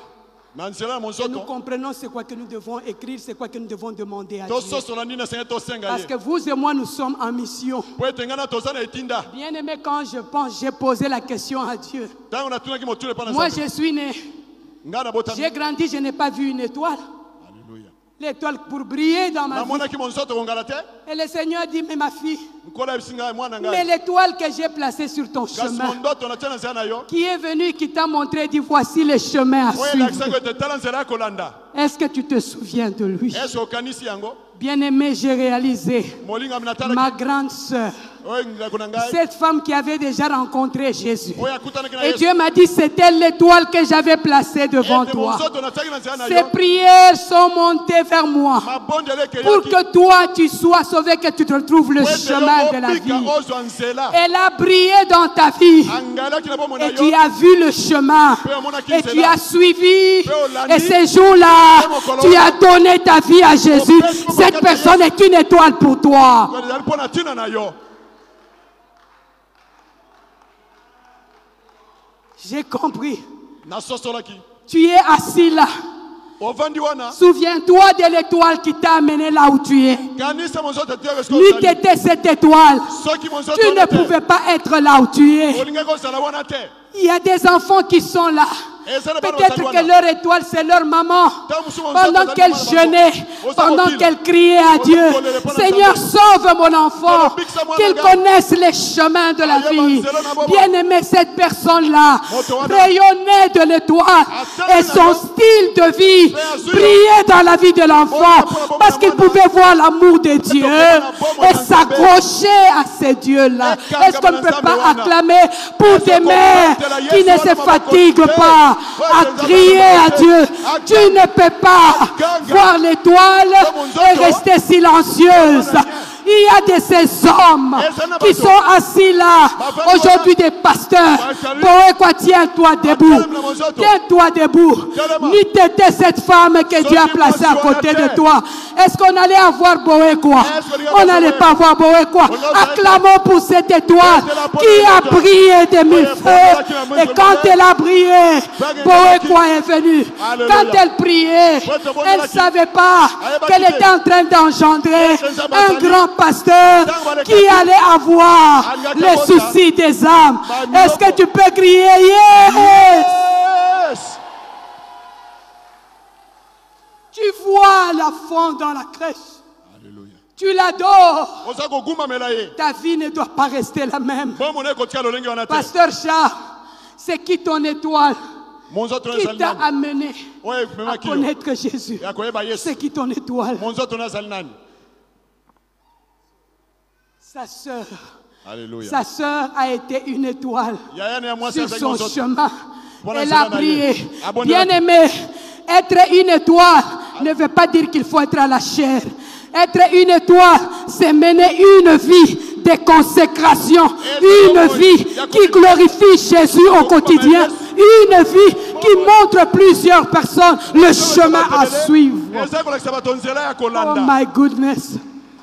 Speaker 2: na nzela ya
Speaker 1: Que nous
Speaker 2: monzoto
Speaker 1: comprenons c'est quoi que nous devons écrire, c'est quoi que nous devons demander à Dieu.
Speaker 2: tososola nini esenge tosenga
Speaker 1: Parce que
Speaker 2: ye
Speaker 1: vous et moi, nous sommes en mission.
Speaker 2: mpo ete ngai na toza na etinda
Speaker 1: Bien-aimé, quand je pense, j'ai posé la question à Dieu.
Speaker 2: ntango natunaki motule epa na
Speaker 1: Moi,
Speaker 2: nzambe
Speaker 1: je suis né,
Speaker 2: ngai
Speaker 1: j'ai
Speaker 2: nabotami
Speaker 1: grandi, je n'ai pas vu une étoile.
Speaker 2: Alléluia.
Speaker 1: L'étoile pour briller dans ma vie.
Speaker 2: namonaki monzoto kongala te
Speaker 1: Et le Seigneur dit, mais ma fille,
Speaker 2: nkolo ayebisi ngai mwana
Speaker 1: mais
Speaker 2: ngai
Speaker 1: l'étoile que j'ai placée sur ton
Speaker 2: kasi
Speaker 1: chemin,
Speaker 2: mondoto natia na nzela na yo
Speaker 1: qui est venue, qui t'a montré, dit, voici le chemin à
Speaker 2: oyo elakisaki
Speaker 1: suivre.
Speaker 2: ete tala nzela ya kolanda
Speaker 1: Est-ce que tu te souviens de lui
Speaker 2: ese okanisi yango
Speaker 1: Bien-aimé, j'ai réalisé,
Speaker 2: molingami natalaki
Speaker 1: ma grande sœur,
Speaker 2: oyo ngako na ngai
Speaker 1: cette femme qui avait déjà rencontré Jésus.
Speaker 2: oyo akutanaki na
Speaker 1: Et
Speaker 2: yesu
Speaker 1: Dieu m'a dit, c'était l'étoile que j'avais placée devant
Speaker 2: ete
Speaker 1: toi.
Speaker 2: monzoto natiaki na nzela na
Speaker 1: Ces
Speaker 2: yo
Speaker 1: prières sont montées vers moi
Speaker 2: mabondeli
Speaker 1: pour
Speaker 2: ekeyaki
Speaker 1: que toi tu sois sauvé, que tu te retrouves le
Speaker 2: po ete yo
Speaker 1: chemin de la
Speaker 2: obika
Speaker 1: vie.
Speaker 2: ozwa nzela
Speaker 1: Elle a brillé dans ta vie
Speaker 2: angalaki na bomoi na
Speaker 1: et tu
Speaker 2: yo
Speaker 1: as vu le chemin et tu as suivi. Et ces jours-là, tu as donné ta vie à Jésus. Cette personne est une étoile pour toi.
Speaker 2: ezali mpo na ntina na yo
Speaker 1: J'ai compris.
Speaker 2: nasosolaki
Speaker 1: Tu es assis là.
Speaker 2: ovandi wana
Speaker 1: Souviens-toi de l'étoile qui t'a amené là où tu es.
Speaker 2: kanisa monzoto eteyaka esika
Speaker 1: N'eût
Speaker 2: ozali.
Speaker 1: était cette étoile.
Speaker 2: soki monzoto
Speaker 1: Tu ne
Speaker 2: wana te,
Speaker 1: pouvais pas être là où tu es.
Speaker 2: olingaki ozala wana te
Speaker 1: Il y a des enfants qui sont là.
Speaker 2: eza na bana
Speaker 1: Peut-être
Speaker 2: bazali
Speaker 1: que
Speaker 2: wana
Speaker 1: leur étoile, c'est leur maman.
Speaker 2: Ntango mosusu bazali
Speaker 1: Pendant
Speaker 2: wana
Speaker 1: qu'elle
Speaker 2: bazo-
Speaker 1: jeûnait,
Speaker 2: oza
Speaker 1: pendant
Speaker 2: mokili.
Speaker 1: qu'elle criait à
Speaker 2: Oza
Speaker 1: Dieu,
Speaker 2: kolele mpona
Speaker 1: Seigneur,
Speaker 2: Nzambe.
Speaker 1: sauve mon enfant,
Speaker 2: Olobikisa mwana
Speaker 1: qu'il
Speaker 2: ngai.
Speaker 1: connaisse les chemins de la
Speaker 2: Ayeba
Speaker 1: vie.
Speaker 2: nzela na bobo.
Speaker 1: Bien-aimé, cette personne-là
Speaker 2: Moto wana.
Speaker 1: rayonnait de l'étoile
Speaker 2: Atala
Speaker 1: et
Speaker 2: na
Speaker 1: son
Speaker 2: yo.
Speaker 1: style de vie
Speaker 2: Mais azwi yo.
Speaker 1: brillait dans la vie de l'enfant
Speaker 2: Oza mpo na bobo
Speaker 1: parce
Speaker 2: na
Speaker 1: qu'il
Speaker 2: mwana.
Speaker 1: pouvait voir l'amour de Dieu
Speaker 2: na bobo
Speaker 1: et
Speaker 2: na Nzambe.
Speaker 1: s'accrocher à ces dieux-là.
Speaker 2: Ekangama
Speaker 1: Est-ce qu'on ne
Speaker 2: na
Speaker 1: peut
Speaker 2: Nzambe
Speaker 1: pas
Speaker 2: wana.
Speaker 1: acclamer pour des
Speaker 2: qu'on
Speaker 1: mères
Speaker 2: peut acclamer
Speaker 1: qui ne
Speaker 2: Yesu
Speaker 1: se
Speaker 2: wana maboko
Speaker 1: fatiguent
Speaker 2: te.
Speaker 1: pas
Speaker 2: Ouais,
Speaker 1: à
Speaker 2: Nzambe
Speaker 1: crier à
Speaker 2: wana
Speaker 1: Dieu
Speaker 2: maboko
Speaker 1: Tu
Speaker 2: te.
Speaker 1: ne peut pas
Speaker 2: Akanga.
Speaker 1: voir l'étoile
Speaker 2: Comme nous
Speaker 1: et
Speaker 2: autres,
Speaker 1: rester silencieuse.
Speaker 2: Voilà.
Speaker 1: Il y a de ces hommes
Speaker 2: Et ça n'a pas
Speaker 1: qui
Speaker 2: tout.
Speaker 1: sont assis là,
Speaker 2: Ma femme,
Speaker 1: aujourd'hui des
Speaker 2: voilà.
Speaker 1: pasteurs.
Speaker 2: Ma salut.
Speaker 1: Pour quoi tiens-toi debout.
Speaker 2: calme, nous autres.
Speaker 1: Tiens-toi debout.
Speaker 2: Calme.
Speaker 1: Ni t'étais cette femme que Dieu a placée à
Speaker 2: sur
Speaker 1: côté
Speaker 2: la
Speaker 1: de
Speaker 2: terre.
Speaker 1: toi. Est-ce qu'on allait avoir Boé quoi
Speaker 2: Est-ce qu'on allait
Speaker 1: On
Speaker 2: avoir
Speaker 1: n'allait
Speaker 2: Boé
Speaker 1: pas avoir Boé quoi
Speaker 2: On l'aurait
Speaker 1: Acclamons pour cette étoile
Speaker 2: Mettez la porte
Speaker 1: qui a
Speaker 2: de l'autre.
Speaker 1: brillé de mille
Speaker 2: Boé,
Speaker 1: feux.
Speaker 2: Boé, Boé,
Speaker 1: Et
Speaker 2: Boé,
Speaker 1: quand
Speaker 2: Boé.
Speaker 1: elle a brillé,
Speaker 2: Boé,
Speaker 1: Boé
Speaker 2: Boé,
Speaker 1: quoi est venue.
Speaker 2: Alléluia.
Speaker 1: Quand elle priait,
Speaker 2: Boé, Boé, Boé,
Speaker 1: elle
Speaker 2: Boé,
Speaker 1: ne savait pas
Speaker 2: Allez, Boé,
Speaker 1: qu'elle
Speaker 2: Boé.
Speaker 1: était en train d'engendrer
Speaker 2: Boé, Boé, Boé,
Speaker 1: un
Speaker 2: Boé.
Speaker 1: grand pasteur
Speaker 2: Boé, Boé,
Speaker 1: qui
Speaker 2: Boé.
Speaker 1: allait avoir
Speaker 2: Boé, Boé,
Speaker 1: les
Speaker 2: Boé.
Speaker 1: soucis des âmes.
Speaker 2: Boé,
Speaker 1: Est-ce que
Speaker 2: Boé.
Speaker 1: tu peux crier Yes
Speaker 2: Yes!
Speaker 1: Tu vois l'enfant dans la crèche.
Speaker 2: Alléluia.
Speaker 1: Tu l'adores.
Speaker 2: oza kogumbamela ye
Speaker 1: Ta vie ne doit pas rester la même.
Speaker 2: bomona ekotika lolenge wana te
Speaker 1: Pasteur Charles, c'est qui ton étoile
Speaker 2: monzoto
Speaker 1: qui
Speaker 2: ezali
Speaker 1: t'a
Speaker 2: nani
Speaker 1: amené
Speaker 2: oyo
Speaker 1: à
Speaker 2: ememaki yo
Speaker 1: connaître Jésus
Speaker 2: ya koyeba
Speaker 1: C'est
Speaker 2: yesu
Speaker 1: qui ton étoile
Speaker 2: monzoto na azali nani
Speaker 1: Sa sœur.
Speaker 2: alleluya
Speaker 1: Sa sœur a été une étoile
Speaker 2: yaya na ya mwasi
Speaker 1: sur
Speaker 2: azali
Speaker 1: son
Speaker 2: monzoto
Speaker 1: chemin.
Speaker 2: Voilà,
Speaker 1: Elle
Speaker 2: cela
Speaker 1: a
Speaker 2: va
Speaker 1: brillé.
Speaker 2: aller. Abonnez-la.
Speaker 1: Bien-aimé, être une étoile ne veut pas dire qu'il faut être à la chair. Être une étoile, c'est mener une vie de consécration,
Speaker 2: Et
Speaker 1: une
Speaker 2: Eh, c'est
Speaker 1: vie
Speaker 2: bon,
Speaker 1: qui
Speaker 2: Jacob.
Speaker 1: glorifie Jésus
Speaker 2: Oh,
Speaker 1: au quotidien, une vie qui montre à plusieurs personnes le chemin à suivre.
Speaker 2: eza kolakisa bato nzela ya
Speaker 1: Oh
Speaker 2: kolanda
Speaker 1: my goodness.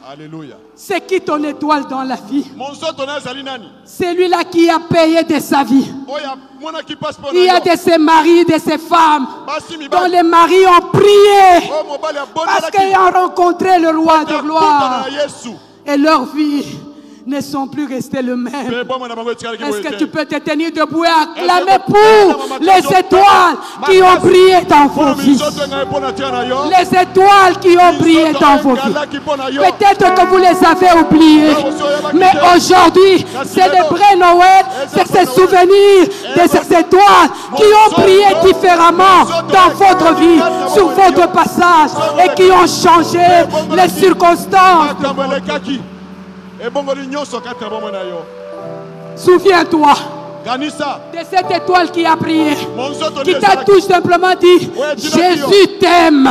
Speaker 2: Alléluia.
Speaker 1: C'est qui ton étoile dans la vie
Speaker 2: Mon soto na ezali nani?
Speaker 1: Celui-là qui a payé de sa vie.
Speaker 2: Oya mwana ki passeport na
Speaker 1: Il y a
Speaker 2: yo.
Speaker 1: de ses maris, de ses femmes,
Speaker 2: Basi
Speaker 1: dont
Speaker 2: mibali.
Speaker 1: les maris ont prié
Speaker 2: Oh mobali
Speaker 1: parce
Speaker 2: abondelaki.
Speaker 1: qu'ils ont rencontré le roi de
Speaker 2: Akutana
Speaker 1: gloire
Speaker 2: na Yesu.
Speaker 1: et leurs vies ne sont plus restées les mêmes.
Speaker 2: Pe bomwe na bango etikali ki
Speaker 1: Est-ce
Speaker 2: boye
Speaker 1: que
Speaker 2: te.
Speaker 1: tu peux te tenir debout et acclamer pour les étoles qui ont brillé dans vos
Speaker 2: Mpo
Speaker 1: vies
Speaker 2: minzoto engai mpo na tia na yo.
Speaker 1: Les étoles qui ont brillé
Speaker 2: Minzoto
Speaker 1: dans vos vies.
Speaker 2: egalaki mpo na yo.
Speaker 1: Peut-être que vous les avez oubliés, mais aujourd'hui, c'est de vrais Noël, c'est ces souvenirs de ces étoiles qui ont brillé différemment dans votre vie, sur votre passage, et qui ont changé les circonstances.
Speaker 2: Makambo elekaki. Ebongoli nyonso kati na bomoi na yo.
Speaker 1: Souviens-toi
Speaker 2: Kanisa
Speaker 1: de cette étoile qui a brillé.
Speaker 2: mon nzoto
Speaker 1: qui
Speaker 2: nde
Speaker 1: t'a
Speaker 2: ezalaki.
Speaker 1: tout simplement dit, hein. Jésus t'aime,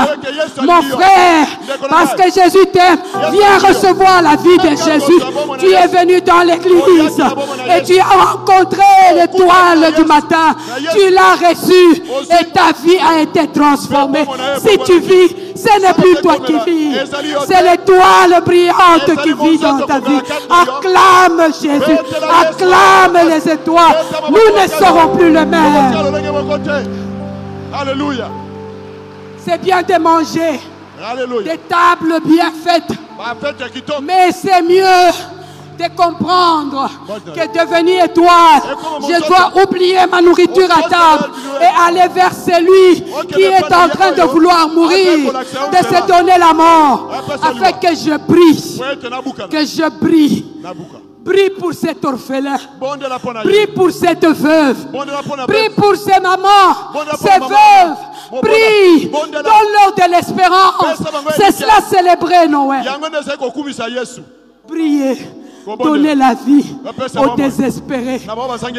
Speaker 1: mon frère, parce que Jésus t'aime, viens recevoir la vie de Jésus. Tu es venu dans l'église et tu as rencontré l'étoile du matin, tu l'as reçue et ta vie a été transformée. Si tu vis, ce n'est plus toi qui vis, c'est l'étoile brillante qui vit dans ta vie. Acclame Jésus, acclame les étoiles, nous ne serons plus les mêmes.
Speaker 2: Tia lolenge moko te. Alléluia.
Speaker 1: C'est bien de manger
Speaker 2: Alléluia.
Speaker 1: des tables bien faites,
Speaker 2: Bafete ya kitoko.
Speaker 1: mais c'est mieux de comprendre que devenir étoile, je dois oublier ma nourriture à table et aller vers celui qui est en train de vouloir mourir, de se donner la mort, afin que je brille,
Speaker 2: Po ete nabuka na-
Speaker 1: que je brille.
Speaker 2: nabuka.
Speaker 1: Brille pour cet orphelin,
Speaker 2: Bondela mpo na ye.
Speaker 1: brille pour cette veuve,
Speaker 2: Bondela mpo na
Speaker 1: Prie
Speaker 2: bebe.
Speaker 1: pour ces mamans, ces veuves. Prie. Donne-leur de l'espérance. C'est cela célébrer Noël.
Speaker 2: yango nde ezali kokumisa yesu
Speaker 1: Priez. Donnez la vie aux désespérés.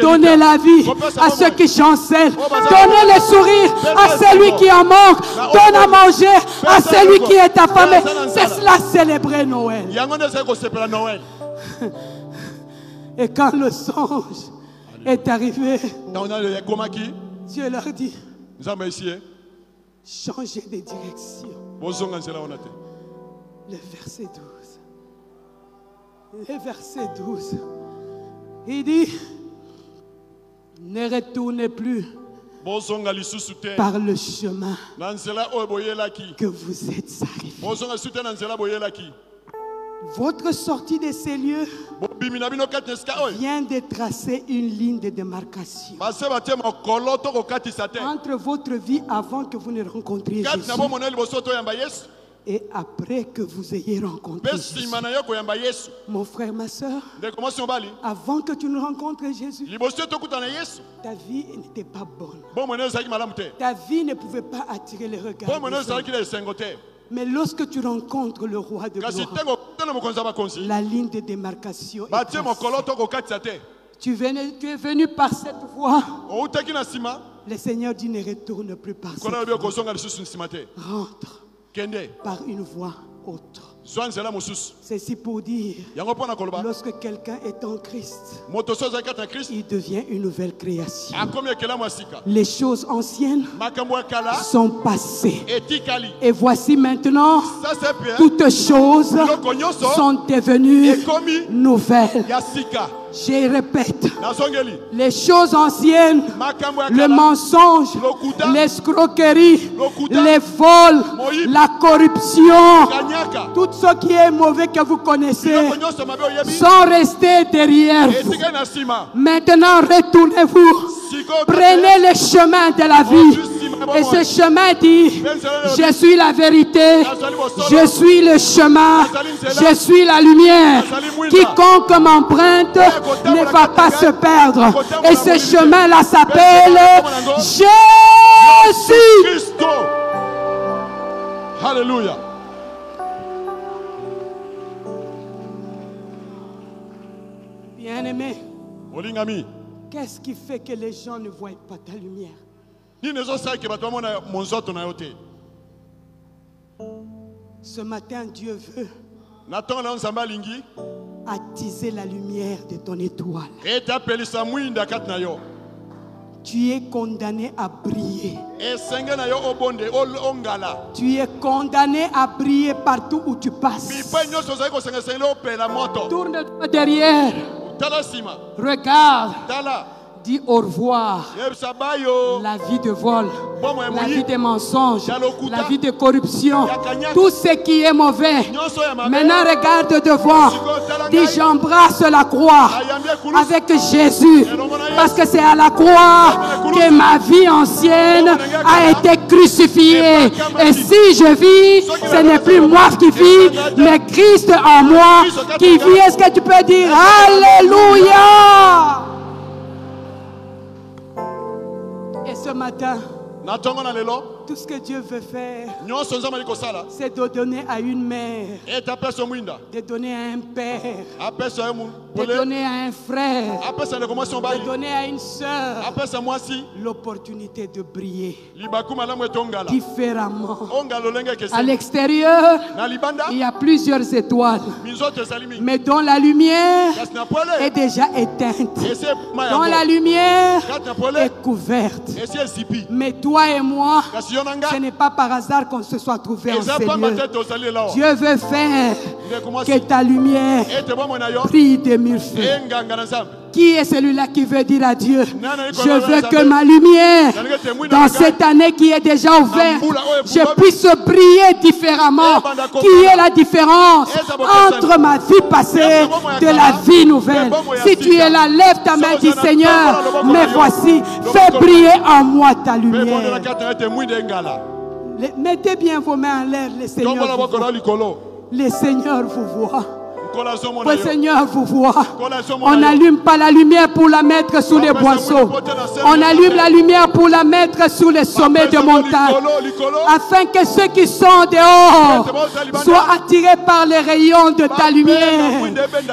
Speaker 1: Donnez la vie à ceux qui chancellent. Donnez le sourire à celui qui en manque. Donne à manger à celui qui est affamé. C'est cela célébrer Noël.
Speaker 2: yango nde ezali kosepela noel
Speaker 1: Et quand le songe est arrivé,
Speaker 2: ntango nano ekomaki
Speaker 1: Dieu leur dit,
Speaker 2: nzambe esie
Speaker 1: changez de direction.
Speaker 2: bozonga nzela wana te
Speaker 1: Le verset 12. Le verset 12. Il dit, ne retournez plus
Speaker 2: bozonga lisusu te
Speaker 1: par le chemin
Speaker 2: na nzela oyo boyelaki
Speaker 1: que vous êtes arrivés.
Speaker 2: bozonga lisusu te na nzela boyelaki
Speaker 1: Votre sortie de ces lieux
Speaker 2: bobimi na bino kati na esika oyo
Speaker 1: vient de tracer une ligne de démarcation
Speaker 2: base batie mokolo to kokatisa te
Speaker 1: entre votre vie avant que vous ne rencontriez
Speaker 2: kati
Speaker 1: Jésus
Speaker 2: na bomona liboso toyamba yesu
Speaker 1: et après que vous ayez rencontré
Speaker 2: mpe
Speaker 1: Jésus.
Speaker 2: nsima na yo koyamba yesu
Speaker 1: Mon frère, ma soeur,
Speaker 2: ndeko mwasi mobali
Speaker 1: avant que tu ne rencontres Jésus,
Speaker 2: liboso tokutana na yesu
Speaker 1: ta vie n'était pas bonne.
Speaker 2: bomona ezalaki malamu te
Speaker 1: Ta vie ne pouvait pas attirer les regards.
Speaker 2: bomona
Speaker 1: des hommes.
Speaker 2: ezalaki na esengo te
Speaker 1: Mais lorsque tu rencontres le roi de
Speaker 2: kasi
Speaker 1: gloire,
Speaker 2: ntango okutana mokonzi ya bakonzi
Speaker 1: la ligne de démarcation est
Speaker 2: batie
Speaker 1: tracée.
Speaker 2: mokolo to kokatisa te
Speaker 1: tu, venais- tu es venu par cette voie.
Speaker 2: outaki na nsima
Speaker 1: Le Seigneur dit ne retourne plus par cette
Speaker 2: kona lobi
Speaker 1: voie.
Speaker 2: okozonga lisusu nsima te
Speaker 1: Rentre
Speaker 2: kende
Speaker 1: par une voie autre.
Speaker 2: zwa nzela mosusu
Speaker 1: Ceci pour dire,
Speaker 2: yango mpo na koloba
Speaker 1: lorsque quelqu'un est en Christ,
Speaker 2: moto so azali kati na kristu
Speaker 1: il devient une nouvelle création.
Speaker 2: akomi ekelamu ya sika
Speaker 1: Les choses anciennes
Speaker 2: makambo ya kala
Speaker 1: sont passées.
Speaker 2: etikali
Speaker 1: Et voici maintenant,
Speaker 2: sase mpe
Speaker 1: toutes choses
Speaker 2: Biloko nyonso
Speaker 1: sont devenues
Speaker 2: ekomi
Speaker 1: nouvelles.
Speaker 2: ya sika
Speaker 1: Je répète,
Speaker 2: nazongeli
Speaker 1: les choses anciennes
Speaker 2: makambo ya
Speaker 1: le
Speaker 2: kala
Speaker 1: mensonge,
Speaker 2: Lokuta.
Speaker 1: l'escroquerie,
Speaker 2: Lokuta.
Speaker 1: les vols,
Speaker 2: Moïse.
Speaker 1: la corruption,
Speaker 2: kanyaka
Speaker 1: tout ce qui est mauvais que vous connaissez
Speaker 2: biloko nyonso mabe oyebi
Speaker 1: sont restés derrière vous.
Speaker 2: etikali na nsima
Speaker 1: Maintenant, retournez-vous.
Speaker 2: sikoyo
Speaker 1: Prenez le chemin de la vie. Et ce chemin dit, je suis la vérité, je suis le chemin, je suis la lumière. Quiconque m'emprunte ne va pas se perdre. Et ce chemin-là s'appelle Jésus.
Speaker 2: kristo halleluya
Speaker 1: Bien-aimé,
Speaker 2: olingami
Speaker 1: qu'est-ce qui fait que les gens ne voient pas ta lumière
Speaker 2: nini ezosala ke bato bamona monzoto na yo te
Speaker 1: Ce matin, Dieu veut
Speaker 2: na ntongo na yo nzambe alingi
Speaker 1: attiser la lumière de ton étoile.
Speaker 2: ete apelisa mwinda kati na yo
Speaker 1: tu es condamné à briller.
Speaker 2: esenge na yo obonde ol- ongala
Speaker 1: Tu es condamné à briller partout où tu passes.
Speaker 2: bipai nyonso ozali kosengesengela opela moto
Speaker 1: Tourne-toi derrière,
Speaker 2: tala nsima
Speaker 1: regarde,
Speaker 2: tala
Speaker 1: dis au revoir.
Speaker 2: yebisa bayo
Speaker 1: La vie de vol, la vie de mensonge, la vie de corruption, tout ce qui est mauvais.
Speaker 2: nyonso ya mabe
Speaker 1: Maintenant, regarde devant. Dis, j'embrasse la croix avec Jésus. Parce que c'est à la croix que ma vie ancienne a été crucifiée. Et si je vis, ce n'est plus moi qui vis, mais Christ en moi qui vit. Est-ce que tu peux dire hein. Alléluia? Et ce matin,
Speaker 2: na ntongo na lelo
Speaker 1: tout ce que Dieu veut faire,
Speaker 2: nyonso nzambe ali kosala
Speaker 1: c'est de donner à une mère,
Speaker 2: ete apesa yo mwinda
Speaker 1: de donner à un père,
Speaker 2: apesa yo
Speaker 1: de
Speaker 2: mobole
Speaker 1: donner à un frère,
Speaker 2: apesa ndeko mwasi
Speaker 1: de
Speaker 2: mobali
Speaker 1: donner à une sœur
Speaker 2: apesa mwasi
Speaker 1: l'opportunité de briller
Speaker 2: libaku malamu ete ongala
Speaker 1: différemment.
Speaker 2: ongala lolenge
Speaker 1: Ah. À
Speaker 2: ekeseni
Speaker 1: l'extérieur,
Speaker 2: na libanda
Speaker 1: il y a plusieurs étoiles,
Speaker 2: minzoto ezali mingi
Speaker 1: mais dont la lumière
Speaker 2: kasi na
Speaker 1: est
Speaker 2: pole
Speaker 1: déjà éteinte.
Speaker 2: esi ebima
Speaker 1: Dont la
Speaker 2: yango
Speaker 1: lumière
Speaker 2: kati na pole
Speaker 1: est couverte.
Speaker 2: esi ezipi
Speaker 1: Mais toi et moi,
Speaker 2: kasi yo na
Speaker 1: ce
Speaker 2: nga
Speaker 1: n'est pas par hasard qu'on se soit trouvé en
Speaker 2: eza
Speaker 1: ces
Speaker 2: pamba
Speaker 1: lieux.
Speaker 2: te tozali elawa
Speaker 1: Dieu veut faire
Speaker 2: ndeko
Speaker 1: que
Speaker 2: mwasi
Speaker 1: ta lumière
Speaker 2: ete bomoi na yo
Speaker 1: brille de mille feux.
Speaker 2: enganga na nzambe
Speaker 1: Qui est celui-là qui veut dire à Dieu,
Speaker 2: Non, non,
Speaker 1: je veux que ma
Speaker 2: Non, non,
Speaker 1: lumière,
Speaker 2: non, non,
Speaker 1: dans
Speaker 2: non,
Speaker 1: cette année qui est déjà ouverte,
Speaker 2: non, non, non, non,
Speaker 1: je puisse briller différemment.
Speaker 2: non, non,
Speaker 1: Qui est la différence
Speaker 2: non, non, non,
Speaker 1: entre ma vie passée
Speaker 2: non, non,
Speaker 1: de
Speaker 2: non,
Speaker 1: la
Speaker 2: non,
Speaker 1: vie nouvelle
Speaker 2: non, non, non,
Speaker 1: Si
Speaker 2: non,
Speaker 1: tu es là, lève ta main,
Speaker 2: non,
Speaker 1: dis
Speaker 2: non,
Speaker 1: Seigneur,
Speaker 2: non, non, non,
Speaker 1: mais
Speaker 2: non,
Speaker 1: voici,
Speaker 2: non,
Speaker 1: fais
Speaker 2: non,
Speaker 1: briller en moi ta
Speaker 2: mpe ebondela
Speaker 1: lumière.
Speaker 2: kati na ete mwinda e engala
Speaker 1: Les- Mettez bien vos mains en l'air, le
Speaker 2: tombola
Speaker 1: Seigneur. vous
Speaker 2: bokolo
Speaker 1: voit.
Speaker 2: likolo
Speaker 1: Le Seigneur vous voit.
Speaker 2: mkola azomona
Speaker 1: Le
Speaker 2: yo
Speaker 1: Seigneur vous voit.
Speaker 2: mkola azomona
Speaker 1: On
Speaker 2: yo.
Speaker 1: n'allume pas la lumière pour la mettre sous les boisseaux. On allume la lumière pour la mettre sous les sommets de montagne.
Speaker 2: Likolo, likolo.
Speaker 1: Afin que ceux qui sont dehors soient attirés par les rayons de ta lumière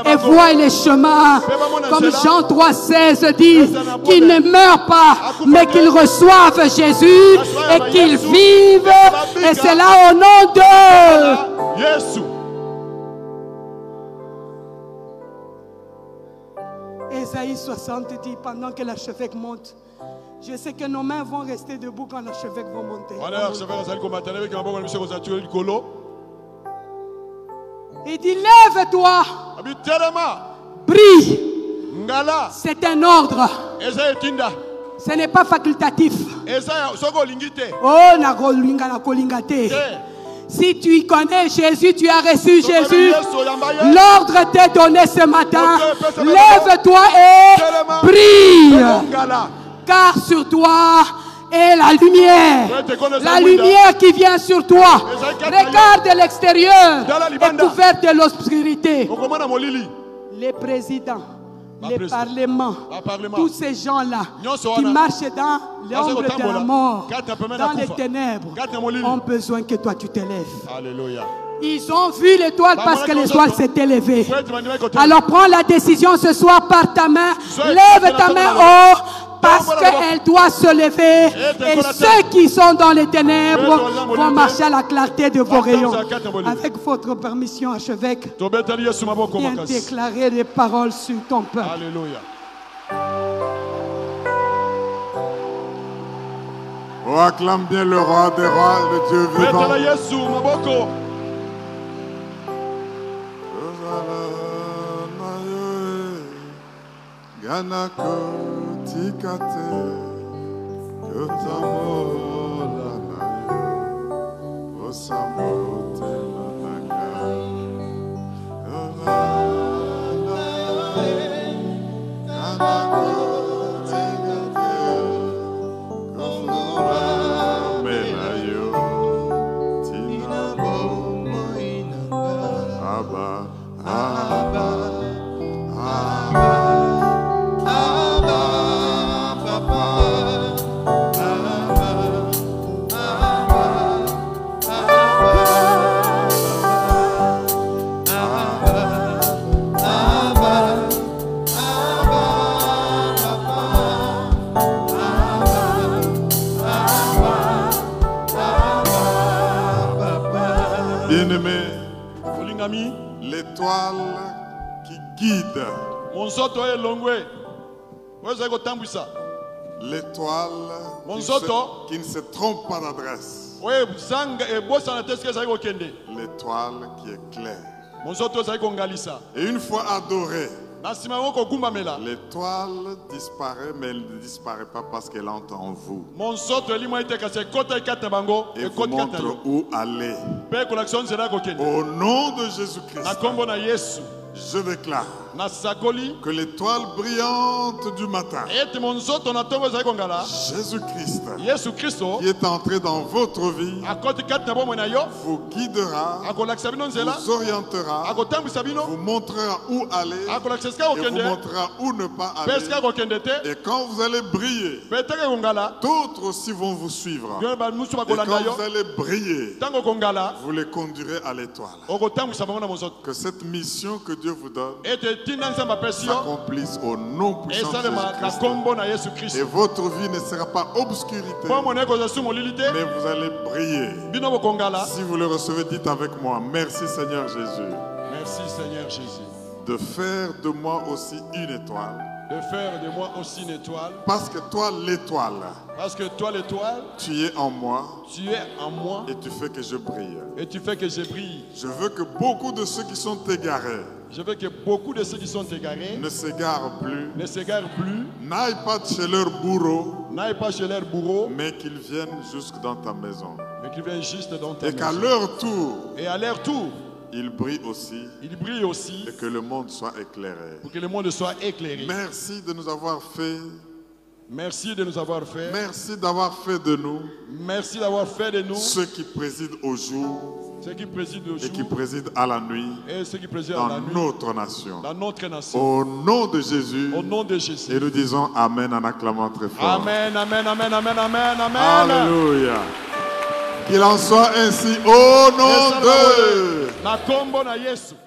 Speaker 1: et voient les chemins. Comme Jean 3, 16 dit, qu'ils ne meurent pas, mais qu'ils reçoivent Jésus et qu'ils vivent. Et c'est là au nom de...
Speaker 2: yesu
Speaker 1: Ésaïe 60 dit, pendant que l'archevêque monte, je sais que nos mains vont rester debout quand l'archevêque va monter.
Speaker 2: wana archevêque azali komatana ebeki maboko na biso kozatio likolo
Speaker 1: Il dit, lève-toi,
Speaker 2: abi telema
Speaker 1: brille.
Speaker 2: ngala
Speaker 1: C'est un ordre,
Speaker 2: eza etinda
Speaker 1: ce n'est pas facultatif.
Speaker 2: eza ya- soki olingi te Eh,
Speaker 1: Oh, na kolinga, na kolinga te.
Speaker 2: te
Speaker 1: Si tu y connais Jésus, tu as reçu
Speaker 2: Tokomi
Speaker 1: Jésus.
Speaker 2: yesu oyamba ye
Speaker 1: L'ordre t'est donné ce matin.
Speaker 2: Ok, fais ce matin.
Speaker 1: Lève-toi
Speaker 2: Tellement.
Speaker 1: et brille.
Speaker 2: ngala
Speaker 1: Car sur toi est la lumière.
Speaker 2: Ouais, t'es connaissant,
Speaker 1: La
Speaker 2: Winda.
Speaker 1: lumière qui vient sur toi.
Speaker 2: Les inquiètes,
Speaker 1: Regarde l'extérieur.
Speaker 2: Dans la
Speaker 1: Est
Speaker 2: Libanda.
Speaker 1: couverte de l'obscurité.
Speaker 2: okomona molili
Speaker 1: Les présidents,
Speaker 2: Ba
Speaker 1: les
Speaker 2: président.
Speaker 1: parlements,
Speaker 2: Ba parlement.
Speaker 1: tous ces gens-là
Speaker 2: Nyonso
Speaker 1: qui
Speaker 2: wana.
Speaker 1: marchent dans l'ombre
Speaker 2: Bazo
Speaker 1: de
Speaker 2: kotambola.
Speaker 1: la mort,
Speaker 2: Kati na pembe na
Speaker 1: dans les
Speaker 2: kufa.
Speaker 1: ténèbres,
Speaker 2: Kati na molili.
Speaker 1: ont besoin que toi tu t'élèves.
Speaker 2: alleluya
Speaker 1: Ils ont vu l'étoile
Speaker 2: Ba
Speaker 1: parce
Speaker 2: mwana
Speaker 1: que
Speaker 2: nyonso
Speaker 1: l'étoile
Speaker 2: to-
Speaker 1: s'est élevée.
Speaker 2: po ete bandimaki
Speaker 1: Alors prends la décision ce soir par ta main.
Speaker 2: Sois-
Speaker 1: Lève
Speaker 2: sois-
Speaker 1: ta
Speaker 2: sois-
Speaker 1: main
Speaker 2: sois-
Speaker 1: haut parce
Speaker 2: sois-
Speaker 1: qu'elle doit se lever.
Speaker 2: sois-
Speaker 1: Et
Speaker 2: sois-
Speaker 1: ceux qui sont dans les ténèbres
Speaker 2: sois- sois-
Speaker 1: vont marcher à la clarté de vos
Speaker 2: Sois- sois-
Speaker 1: rayons.
Speaker 2: sois- sois- sois-
Speaker 1: Avec votre permission, archevêque,
Speaker 2: tobetali yesu maboko
Speaker 1: viens
Speaker 2: makasi
Speaker 1: déclarer les paroles sur ton peuple.
Speaker 2: alleluya
Speaker 3: On acclame bien le roi des rois, le Dieu vivant.
Speaker 2: betela yesu maboko
Speaker 3: Ozalana yo e, ganako tika te, yotambolana yo, osambotela na nga. Ozalana yo e, ganako tika te, kofulambela yo, tina bomoi Abba, Abba, Abba, Abba, Papa, Abba, Abba, Bien-aimé,
Speaker 2: molingami
Speaker 3: l'étoile qui guide
Speaker 2: monzoto oyo elongwe oyo ezali kotambwisa
Speaker 3: l'étoile qui ne
Speaker 2: Monzoto.
Speaker 3: se- qui ne se trompe pas d'adresse,
Speaker 2: oyo zanga ebosana te soki ezali kokende
Speaker 3: l'étoile qui est claire.
Speaker 2: monzoto ezali kongalisa
Speaker 3: Et une fois adorée,
Speaker 2: na nsima yango kogumbamela
Speaker 3: l'étoile disparaît, mais elle ne disparaît pas parce qu'elle entre en vous.
Speaker 2: monzoto elimwa ete kasi ekota ekati na bango
Speaker 3: Et vous
Speaker 2: ekoti kati na
Speaker 3: montre
Speaker 2: yo
Speaker 3: où aller.
Speaker 2: mpe ekolakisa yo nzela ya kokende
Speaker 3: Au nom de
Speaker 2: na
Speaker 3: Jésus-Christ,
Speaker 2: nkombo na yesu
Speaker 3: je déclare
Speaker 2: nasakoli
Speaker 3: que l'étoile brillante du matin,
Speaker 2: ete monzoto na ntongo ezali kongala
Speaker 3: Jésus-Christ,
Speaker 2: yesu kristo
Speaker 3: qui est entré dans votre vie,
Speaker 2: akoti kati na bomoi na yo
Speaker 3: vous guidera,
Speaker 2: akolakisa bino nzela
Speaker 3: vous orientera,
Speaker 2: akotambwisa bino
Speaker 3: vous montrera où aller
Speaker 2: akolakisa esika
Speaker 3: et vous
Speaker 2: kokende
Speaker 3: montrera où ne pas
Speaker 2: mpe esika
Speaker 3: aller.
Speaker 2: kokende te
Speaker 3: Et quand vous allez briller,
Speaker 2: mpe eteke kongala
Speaker 3: d'autres aussi vont vous suivre.
Speaker 2: yo bamusu
Speaker 3: Et
Speaker 2: bakolanda
Speaker 3: quand vous
Speaker 2: yo
Speaker 3: allez briller,
Speaker 2: ntango okongala
Speaker 3: vous les conduirez à l'étoile.
Speaker 2: okotambwisa bango na monzoto
Speaker 3: Que cette mission que Dieu vous donne
Speaker 2: ete ntinda nzambe apesi yo
Speaker 3: s'accomplisse au nom puissant de
Speaker 2: esalema na
Speaker 3: Jésus-Christ.
Speaker 2: nkombo na yesu
Speaker 3: Et
Speaker 2: kristo
Speaker 3: votre vie ne sera pas obscurité,
Speaker 2: mpo mona ekozwa su molili te
Speaker 3: mais vous allez briller.
Speaker 2: bino bokongala
Speaker 3: Si vous le recevez, dites avec moi, merci Seigneur Jésus
Speaker 2: merci seigneur jésus
Speaker 3: de faire de moi aussi une étoile.
Speaker 2: de faire de moi aussi une étoile
Speaker 3: Parce que toi, l'étoile,
Speaker 2: parce que toi l'étoile
Speaker 3: tu es en moi
Speaker 2: tu es en moi
Speaker 3: et tu fais que je brille.
Speaker 2: et tu fais que je brille
Speaker 3: Je veux que beaucoup de ceux qui sont égarés
Speaker 2: je veux que beaucoup de ceux qui sont égarés
Speaker 3: ne s'égarent plus,
Speaker 2: ne s'égarent plus
Speaker 3: n'aillent pas de chez leur bourreau,
Speaker 2: n'aille pas chez leur bourreau,
Speaker 3: mais qu'ils viennent jusque dans ta maison.
Speaker 2: mais qui vient juste dans ta
Speaker 3: Mm. Et qu'à
Speaker 2: maison.
Speaker 3: leur tour,
Speaker 2: Et à leur tour,
Speaker 3: ils brillent aussi
Speaker 2: il brille aussi
Speaker 3: et que le monde soit éclairé.
Speaker 2: pour que le monde soit éclairé.
Speaker 3: Merci de nous avoir fait,
Speaker 2: Merci de nous avoir fait.
Speaker 3: merci d'avoir fait de nous
Speaker 2: Merci d'avoir fait de nous
Speaker 3: ceux qui président au jour
Speaker 2: ce qui préside le
Speaker 3: et qui
Speaker 2: jour
Speaker 3: préside à la nuit
Speaker 2: et ce qui préside à la
Speaker 3: dans
Speaker 2: nuit
Speaker 3: notre nation.
Speaker 2: dans notre nation.
Speaker 3: Au nom de Jésus,
Speaker 2: Au nom de
Speaker 3: et
Speaker 2: Jésus.
Speaker 3: nous disons Amen en acclamant très fort.
Speaker 2: Amen, amen, amen, amen, amen, amen.
Speaker 3: Alléluia. Qu'il en soit ainsi au nom
Speaker 2: Yes,
Speaker 3: de...
Speaker 2: Na kombo na Yesu.